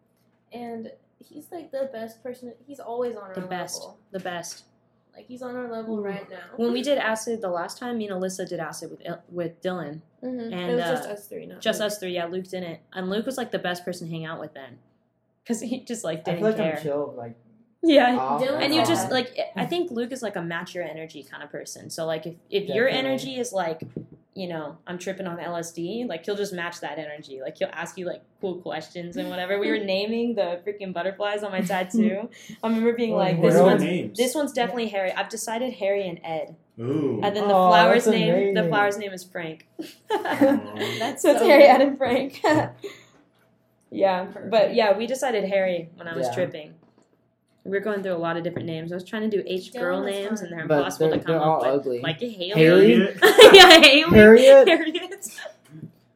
E: And he's like the best person. He's always on our
B: The best.
E: level.
B: The best.
E: Like he's on our level right now.
B: When we did acid the last time, me and Alyssa did acid with Il- with Dylan,
E: Mm-hmm.
B: And,
E: it was just
B: uh,
E: us three, not
B: just
E: Luke.
B: us three. Yeah, Luke didn't, and Luke was like the best person to hang out with then, because he just like
G: I
B: didn't
G: feel like
B: care.
G: I'm chill. Like,
B: yeah.
G: off
E: Dylan-
B: And you just
G: on.
B: like I think Luke is like a match your energy kind of person. So like if, if your
G: Definitely.
B: energy is like, you know, I'm tripping on LSD, like he'll just match that energy. Like he'll ask you like cool questions and whatever. We were naming the freaking butterflies on my tattoo. I remember being
G: Oh,
B: like,
G: We're
A: What
B: this
A: are
G: all
B: one's
A: their names?
B: This one's definitely Harry. I've decided Harry and Ed.
A: Ooh.
B: And then the
G: Aw,
B: flower's
G: that's
B: name the
G: amazing.
B: flower's name is Frank.
A: Aw.
E: That's
B: so it's
E: so
B: Harry,
E: good.
B: Ed, and Frank. yeah. But yeah, we decided Harry when I was
G: Yeah.
B: tripping. We were going through a lot of different names. I was trying to do H
E: Dylan
B: girl
E: was
B: names
E: fun.
B: and they're
G: but
B: impossible
G: they're,
B: to come
G: they're
B: up
G: all
B: with.
G: ugly.
B: Like Haley.
G: Harry?
B: yeah, Haley.
G: Harriet.
B: Harriet.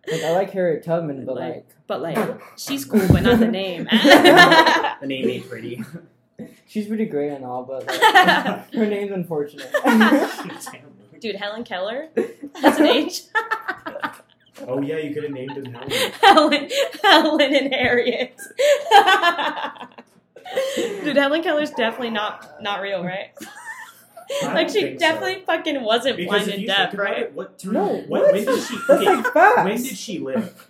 G: Like, I like Harriet Tubman, but
B: Like-
G: like,
B: But like she's cool, but not the name.
A: the name ain't pretty.
G: she's pretty great and all, but like,
A: Damn,
G: her name's unfortunate.
A: Luke.
B: Dude, Helen Keller. That's an H.
A: oh yeah, you could have named him Helen.
B: Helen, Helen and Harriet. Dude, Helen Keller's definitely not not real, right?
A: I don't
B: like she
A: think so.
B: definitely fucking wasn't
A: Because
B: blind
A: if
B: and
A: you
B: deaf,
A: think about
B: right?
A: it, what during,
G: No,
A: what,
G: what?
A: when did she
G: That's
A: okay,
G: like facts.
A: when did she live?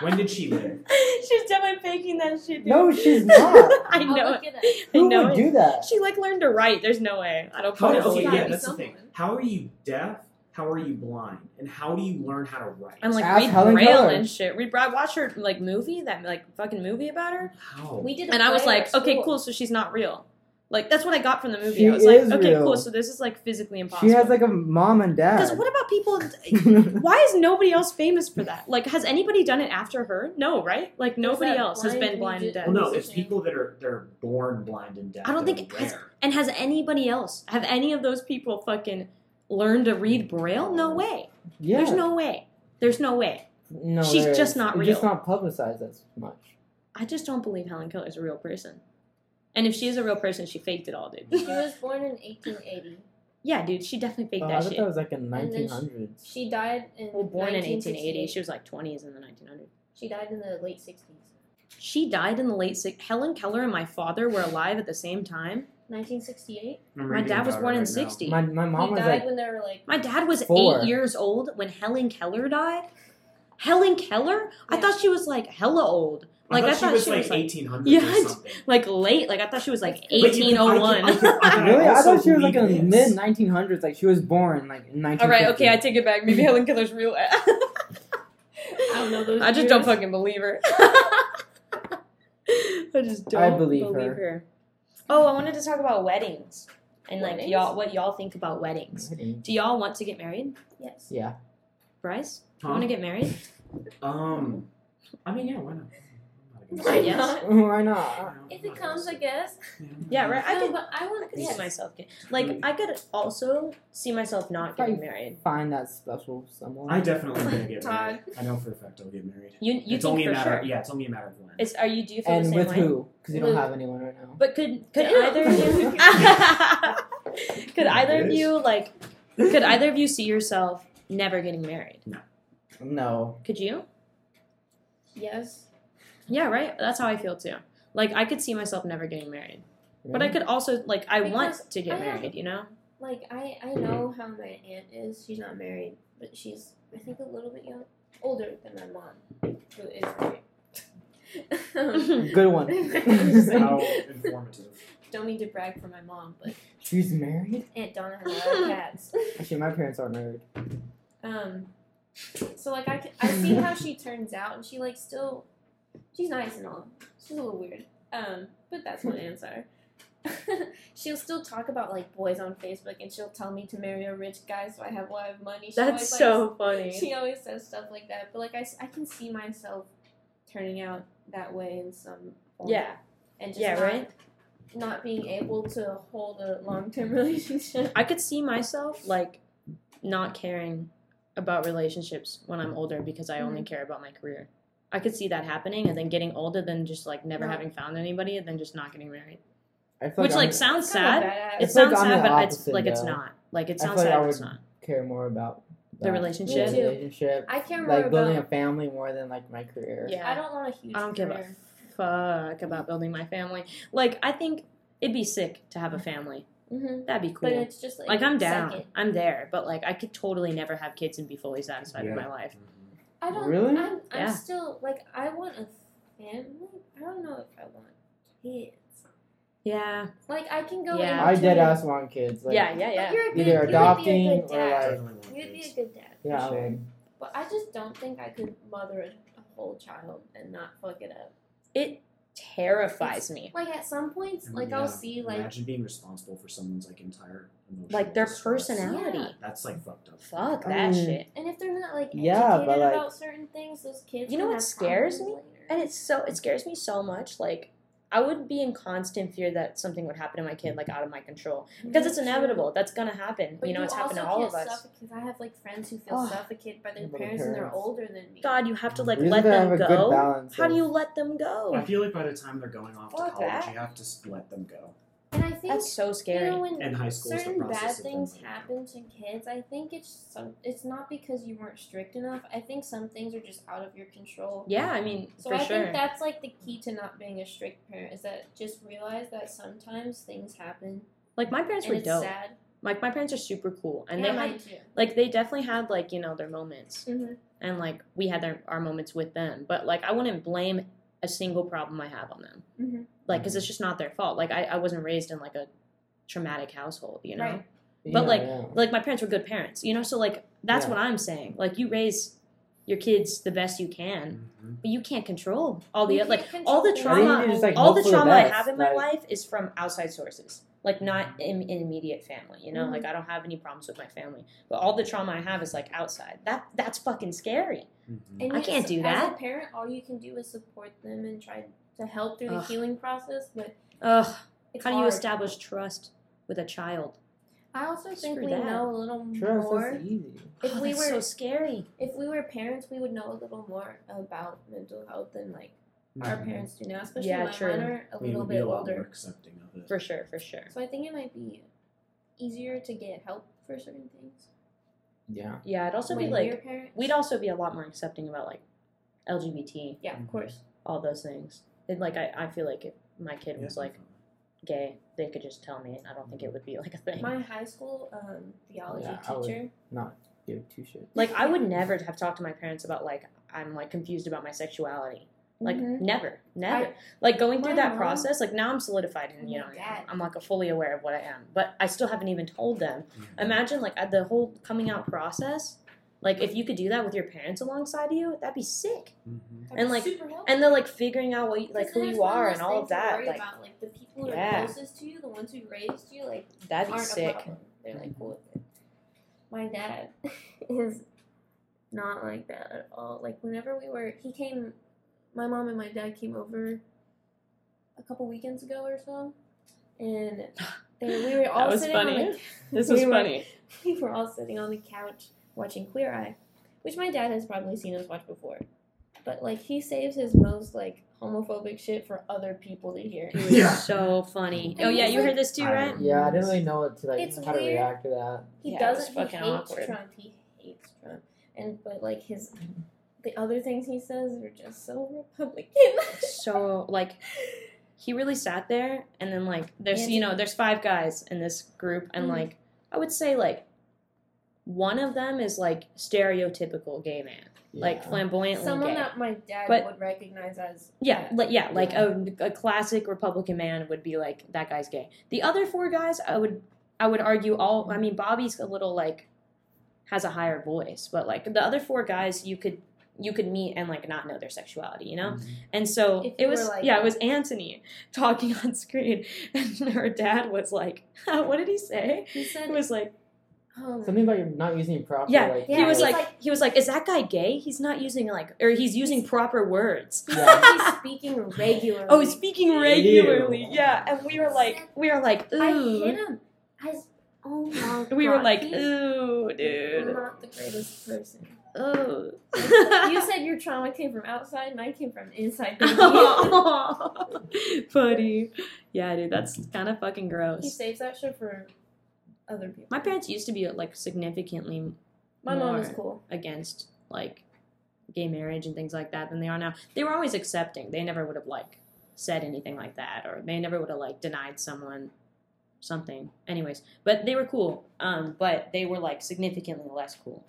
A: When did she live?
B: she's definitely faking that shit. dude.
G: No, she's not.
B: I
E: I'll
B: know.
E: look
B: It.
E: it up.
B: I
G: Who
B: know.
G: would
B: it.
G: do Oh, that?
B: She like learned to write. There's no way. I don't
A: How
B: fucking
E: does
A: okay,
E: she
B: believe
A: yeah,
E: gotta
B: it.
E: be
A: that's the
E: someone.
A: thing. How are you deaf? How are you blind? And how do you learn how to write?
B: And like
G: Ask
B: read
G: Helen
B: braille
G: Keller.
B: and shit. Read I watched her like movie that like fucking movie about her,
A: how?
E: We did. a
B: and I was
E: play
B: like,
E: at
B: okay,
E: school.
B: cool. So she's not real. Like that's what I got from the movie.
G: She
B: I was like,
G: is
B: okay,
G: real.
B: cool. So this is like physically impossible.
G: She has like a mom and
B: Because
G: dad.
B: what about people? Why is nobody else famous for that? Like, has anybody done it after her? No, right? Like, nobody
E: that
B: else has
E: blind
B: been
E: and
B: blind and
E: just-
B: deaf.
A: well, no, it's
E: Yeah.
A: people that are they're born blind and deaf.
B: I don't
A: They're
B: think-
A: rare.
B: And has anybody else, have any of those people fucking learned to read Braille? No way.
G: yeah.
B: There's no way. There's no way.
G: No,
B: she's
G: there
B: just
G: is.
B: not
G: It's Just
B: real.
G: not publicized as much.
B: I just don't believe Helen Keller is a real person. And if she is a real person, she faked it all, dude.
E: She was born in 1880.
B: yeah, dude, she definitely faked
G: Oh, I
B: that
G: thought
B: shit.
G: that was like in
E: then she-
G: 1900s.
E: She died in.
B: well, born in 1880.
E: 1968.
B: She was like 20s in the 1900s.
E: She died in the late 60s.
B: She died in the late six. Helen Keller and my father were alive at the same time.
E: 1968.
A: I'm
B: My
A: reading
B: dad was
A: about it
B: born in
A: right now.
B: 60.
G: My my mom
E: he
G: was
E: died
G: like,
E: when they were like.
B: My dad was
G: Four.
B: eight years old when Helen Keller died. Helen Keller? I
E: Yeah.
B: thought she was like hella old. Like
A: I
B: I
A: thought she
B: thought
A: was
B: she
A: like
B: was, like-
A: 1800
B: Yeah,
A: or something.
B: Like late. Like I thought she was like
A: But you
B: eighteen
A: can- I
B: oh
A: can-
B: one.
A: I can- I can-
G: really? I
A: also
G: thought she was like in
A: believe
G: the
A: this.
G: mid 1900s. Like she was born like in 1950.
B: All right, okay, I take it back. Maybe Helen Keller's real. I
E: don't know those
B: I just don't
E: years.
B: fucking believe her. I just don't
G: I believe her.
B: her. Oh, I wanted to talk about weddings and like
E: Weddings?
B: y'all what y'all think about weddings. Do y'all want to get married,
E: Yes.
G: Yeah.
B: Bryce? You
A: Huh?
B: want to get married?
A: Um, I mean, yeah, why not?
E: Why
B: Yes.
E: not?
G: Why not?
E: If it comes, I guess.
B: Yeah, right. I
E: no,
B: could
E: but I
B: Oh, I
E: want.
B: could
E: Yes.
B: see myself get, like I could also see myself not getting married.
G: Find that special someone.
A: I definitely am gonna get
E: Todd.
A: married. I know for a fact I'll get married.
B: You you
A: it's
B: think
A: only
B: for
A: a matter.
B: sure?
A: Yeah, it's only a matter of when.
B: It's are you do you feel the
G: and
B: same
G: with
B: way?
G: who? Because you don't
E: Luke.
G: have anyone right now.
B: But could could
E: Yeah.
B: either of you could either of you like could either of you see yourself never getting married?
G: No.
B: Could you?
E: Yes.
B: Yeah, right. That's how I feel too. Like I could see myself never getting married, but I
G: Really?
B: could also like I want
E: Because
B: to get
E: I have-
B: married. You know?
E: Like I, I know how my aunt is. She's not married, but she's I think a little bit young, older than my mom, who is married.
G: Good one.
E: Um,
A: How informative.
E: Don't mean to brag for my mom, but
G: She's married?
E: Aunt Donna had a lot of cats.
G: Actually, my parents are married.
E: Um, so like I, c- I see how she turns out, and she like still, she's nice and all. She's a little weird. Um, but that's what ants are. she'll still talk about like boys on Facebook, and she'll tell me to marry a rich guy so I have a lot of money. She
B: That's
E: always, like,
B: so funny.
E: she always says stuff like that but like I, s- I can see myself turning out that way in some form.
B: Yeah.
E: and just
B: Yeah,
E: not,
B: right?
E: not being able to hold a long-term relationship
B: I could see myself like not caring about relationships when I'm older because I
E: Mm-hmm.
B: only care about my career. I could see that happening and then getting older than just like never
E: Yeah.
B: having found anybody and then just not getting married.
G: I feel
B: Which
G: I'm-
B: like sounds
E: Kind
B: sad.
E: of badass.
B: It
G: It's like
B: sounds
G: I'm
B: sad,
G: the
B: but it's
G: opposite,
B: like it's
G: though.
B: not. Like it
G: I
B: sounds
G: feel like
B: sad,
G: I
B: but it's
G: would-
B: not.
G: care more about
B: The
G: that.
B: relationship.
E: Me too.
G: relationship.
E: i care more
G: Like building a
E: about
G: family more than like my career.
B: Yeah.
E: i don't want a huge
B: I don't give a
E: career.
B: fuck about building my family. Like I think it'd be sick to have a family.
E: Mhm.
B: That'd be cool.
E: but it's just like,
B: Mm-hmm. like I'm down.
E: second.
B: I'm there, but like I could totally never have kids and be fully satisfied with my life.
E: i don't
G: Really?
E: i'm, I'm
B: Yeah.
E: still like i want a family i don't know if i want kids
B: Yeah.
E: like i can go
B: Yeah.
E: in
G: I dead
E: between-
G: ass want kids. Like,
B: yeah, yeah, yeah.
E: but you're a good,
G: Either
E: you
G: adopting
E: would be a
G: or
E: good dad.
G: like
E: you'd be a good dad
G: yeah,
A: sure.
G: like,
E: But I just don't think I could mother a whole child and not fuck it up.
B: It terrifies me.
E: Like at some points, like
A: Yeah.
E: I'll see like
A: imagine being responsible for someone's like entire emotional
B: Like their
A: distress.
B: personality. Mm.
E: Yeah.
A: That's like fucked up.
B: Fuck
G: I
B: that
G: mean-
B: shit.
E: and if they're not like
G: Yeah,
E: educated
G: but, like-
E: about certain things, those kids.
B: You know
E: can
B: what
E: have
B: scares
E: problems later.
B: And it's so it scares me so much. Like I would be in constant fear that something would happen to my kid, like out of my control, because it's
E: Mm-hmm.
B: inevitable. That's gonna happen.
E: But
B: you know, it's happened to
E: also
B: all
E: can't
B: of us.
E: Suffocate. I have like friends who feel
G: Ugh.
E: suffocated by their
G: By the
E: parents, and they're
G: parents.
E: older than me.
B: God, you have to like
G: we just
B: let
G: gotta have
B: them
G: a good
B: go.
G: balance
B: How do
G: of-
B: you let them
A: I
B: go?
A: feel like by the time they're going off to
B: Fuck
A: college,
B: that.
A: you have to just let them go.
E: And I think
B: That's so
E: you
B: scary.
E: know when
A: And high school is the
E: certain bad
A: process of them
E: things
A: learning.
E: happen to kids i think it's some, it's not because you weren't strict enough i think some things are just out of your control
B: Yeah, I mean,
E: So
B: for
E: I
B: sure.
E: think that's like the key to not being a strict parent is that just realize that sometimes things happen
B: like my parents
E: and
B: were
E: it's
B: dope.
E: sad.
B: Like my parents are super cool, and
E: yeah,
B: they
E: mine
B: had
E: too.
B: like they definitely had like you know their moments,
E: Mhm.
B: and like we had their, our moments with them. But like I wouldn't blame a single problem I have on them,
E: Mhm.
B: like because it's just not their fault. Like I, I wasn't raised in like a traumatic household, you know.
E: Right.
B: But,
G: Yeah,
B: like,
G: yeah.
B: Like my parents were good parents, you know. So like that's
G: Yeah.
B: what I'm saying. Like you raise your kids the best you can,
A: Mhm.
B: but you can't control all the
E: You
B: oth- like
E: can't
B: all the
E: control
G: I think you
B: trauma
G: need to just, like,
B: all the
G: hope for the
B: trauma I
G: best,
B: have in my
G: like-
B: life is from outside sources, like not in, in immediate family. You know, like I don't have any problems with my family, but all the trauma I have is like outside. That that's fucking scary.
A: Mhm.
E: And
B: I
E: you
B: can't
E: just-
B: do
E: As a
B: that.
E: parent, all you can do is support them and try to help through the
B: Ugh.
E: healing process. But
B: Ugh,
E: it's
B: how do you
E: hard.
B: establish trust with a child?
E: I also think
B: Screw
E: we
B: that.
E: know a little
G: Sure, it's
E: more.
G: just easy.
E: If
B: oh,
E: we
B: that's so
E: were
B: scary.
E: if we were parents, we would know a little more about mental health than like our parents do now. Especially
B: Yeah,
E: my
B: true.
E: mine are a
A: Mm-hmm. We
E: little
A: would be
E: bit
A: a lot
E: older.
A: more accepting of it.
B: For sure, for sure.
E: So I think it might be easier to get help for certain things.
G: Yeah.
B: Yeah, it'd also be
E: when
B: like
E: you're a parent.
B: we'd also be a lot more accepting about like LGBT,
E: Yeah,
A: Mm-hmm.
E: of course.
B: all those things. And like I, I feel like if my kid was like gay, they could just tell me. and I don't think it would be like a thing.
E: My high school um, theology
G: Yeah, I would-
E: teacher.
G: Not give two shits.
B: Like I would never have talked to my parents about like I'm like confused about my sexuality. Like
E: Mhm.
B: never, never.
E: I-
B: like going
E: my
B: through that
E: mom-
B: process, like now I'm solidified in
E: And
B: you know
E: my
B: I am.
E: dad.
B: I'm like fully aware of what I am, but I still haven't even told them.
A: Mhm.
B: Imagine like at the whole coming out process. Like if you could do that with your parents alongside you, that'd be sick.
A: Mhm.
E: that'd be
B: like-
E: super helpful.
B: And they're like figuring out what you, like
E: Because
B: who
E: then it's
B: you
E: one
B: are
E: less
B: and all
E: thing
B: of
E: to
B: that.
E: worry
B: Like
E: about. like the people who
B: Yeah.
E: are closest to you, the ones who raised you, like
B: that'd be
E: aren't a
B: sick.
E: problem. They're like cool with it. My dad is not like that at all. Like whenever we were, he came. My mom and my dad came over a couple weekends ago or so, and they, we were all
B: was
E: sitting on
B: funny.
E: the We were- we were all sitting on the couch watching Queer Eye, which my dad has probably seen us watch before. But like he saves his most like homophobic shit for other people to hear.
B: It was
A: Yeah.
B: so funny.
E: And
B: Oh yeah,
E: it's
B: you
E: like-
B: heard this too,
A: I
B: right?
A: don't know.
G: Yeah, I didn't really know what to like
E: It's
G: how to
E: weird.
G: react to that.
E: He
B: Yeah, it was
E: doesn't.
B: fucking
E: he hates
B: awkward.
E: Trump. He hates Trump. And but like his, the other things he says are just so Republican.
B: so like he really sat there and then like there's you know there's five guys in this group and
E: Mhm.
B: like i would say like one of them is like stereotypical gay man like
G: Yeah.
B: flamboyantly
E: Someone
B: gay
E: that my dad
B: But-
E: would recognize as
B: yeah like oh, yeah like A, a classic republican man would be like that guy's gay the other four guys i would I would argue all. I mean, Bobby's a little like has a higher voice, but like the other four guys, you could you could meet and like not know their sexuality, you know. And so
E: Mm-hmm. If
B: it
E: you
B: was
E: were, like-
B: yeah, it was Anthony talking on screen, and her dad was like, "What did he say?"
E: He said,
B: It was like.
E: oh,
G: Something about you're not using it properly.
B: Yeah,
G: like,
B: he
E: Yeah,
B: was
E: he's
B: like,
E: like-
B: he was like, is that guy gay? He's not using like, or he's using proper words.
G: Yeah.
E: he's speaking regularly.
B: oh, he's speaking regularly. Yeah, and we were like, we were like,
E: I hit
B: ooh,
E: him. I s- oh my
B: we were
E: God,
B: like,
E: he's
B: ooh, dude,
E: not the greatest person.
B: ooh.
E: you said your trauma came from outside, and I came from inside. baby.
B: Buddy, yeah, dude, that's kind of fucking
E: he
B: gross.
E: saves that shit for other people.
B: My parents used to be like significantly
E: My mom was
B: more.
E: cool.
B: against like gay marriage and things like that than they are now. They were always accepting. They never would have like said anything like that, or they never would have like denied someone something. Anyways, but they were cool. Um, but they were like significantly less cool.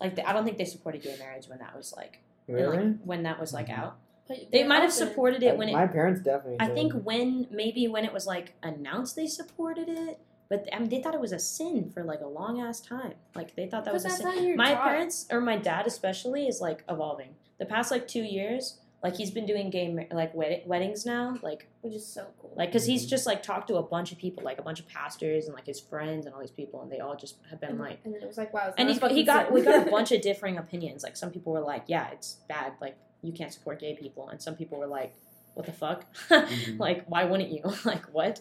B: Like I don't think they supported gay marriage when that was like, and, like,
G: Really?
B: when that was like out.
E: But
B: They
E: they're
B: might have
E: often-
B: supported it when
G: my
B: it.
G: parents definitely.
B: I
G: did.
B: think when maybe when it was like announced they supported it. But I mean, they thought it was a sin for like a long ass time. Like they thought that
E: Because
B: was a sin
E: that's how you're
B: my
E: taught.
B: parents or my dad especially is like evolving the past like two years like he's been doing gay ma- like wed- weddings now like
E: which is so cool.
B: like because he's just like talked to a bunch of people like a bunch of pastors and like his friends and all these people and they all just have been
E: and,
B: like
E: and then it was like, wow. it's
B: and
E: not
B: he,
E: Mm-hmm. fucking
B: he got
E: sin.
B: we got a bunch of differing opinions like some people were like yeah it's bad like you can't support gay people and some people were like what the fuck
A: Mm-hmm.
B: like why wouldn't you like what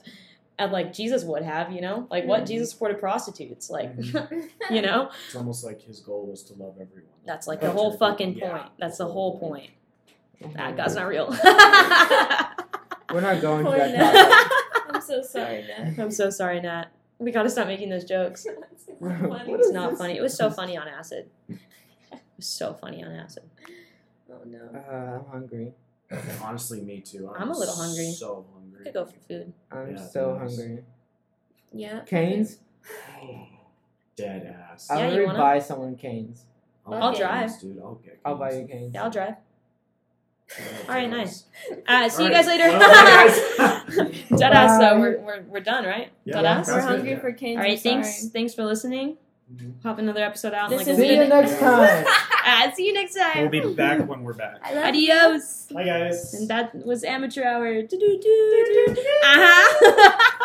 B: and like jesus would have you know like what
E: Mhm.
B: jesus supported prostitutes like
A: Mhm.
B: you know
F: It's almost like his goal was to love everyone.
B: That's like the whole fucking point. That's the whole point. That guy's not real.
G: We're not going to
E: Poor
G: that.
E: Ned.
G: topic.
E: I'm so sorry, Ned.
B: I'm so sorry, Nat. We gotta stop making those jokes.
E: It's not funny.
B: It's not funny. It was so funny on acid. It was so funny on acid.
E: Oh no.
G: Uh, I'm hungry.
F: Honestly, me too.
B: I'm a little hungry.
F: So
B: I
F: hungry.
B: could go for food.
G: I'm
F: Yeah,
G: so
F: nice.
G: hungry.
E: Yeah.
G: Canes?
F: Dead ass.
B: Yeah,
G: I'm
B: you
G: gonna
B: wanna-
G: buy someone canes.
B: I'll
F: get
B: drive.
F: canes, dude. I'll get.
G: I'll buy you
F: canes.
G: canes.
B: Yeah, I'll drive.
F: I'll
B: All right,
F: drive.
B: nice. Uh, see you
F: All
B: guys
F: right.
B: later.
F: Well, bye, guys.
B: Deadass,
G: Bye.
B: though. We're, we're, we're done, right?
F: Yeah,
B: Deadass?
F: that's
E: We're
F: good.
E: hungry for canes.
B: All right,
E: I'm sorry.
B: thanks. Thanks for listening. Pop another episode out. in like
E: This has
B: a
G: See
B: week.
G: you
E: been-
G: next time.
B: Ah, see you next time.
A: We'll be back when we're back.
E: I love you.
B: Adios.
A: Hi guys.
B: And that was amateur hour. Do do do do. Uh huh.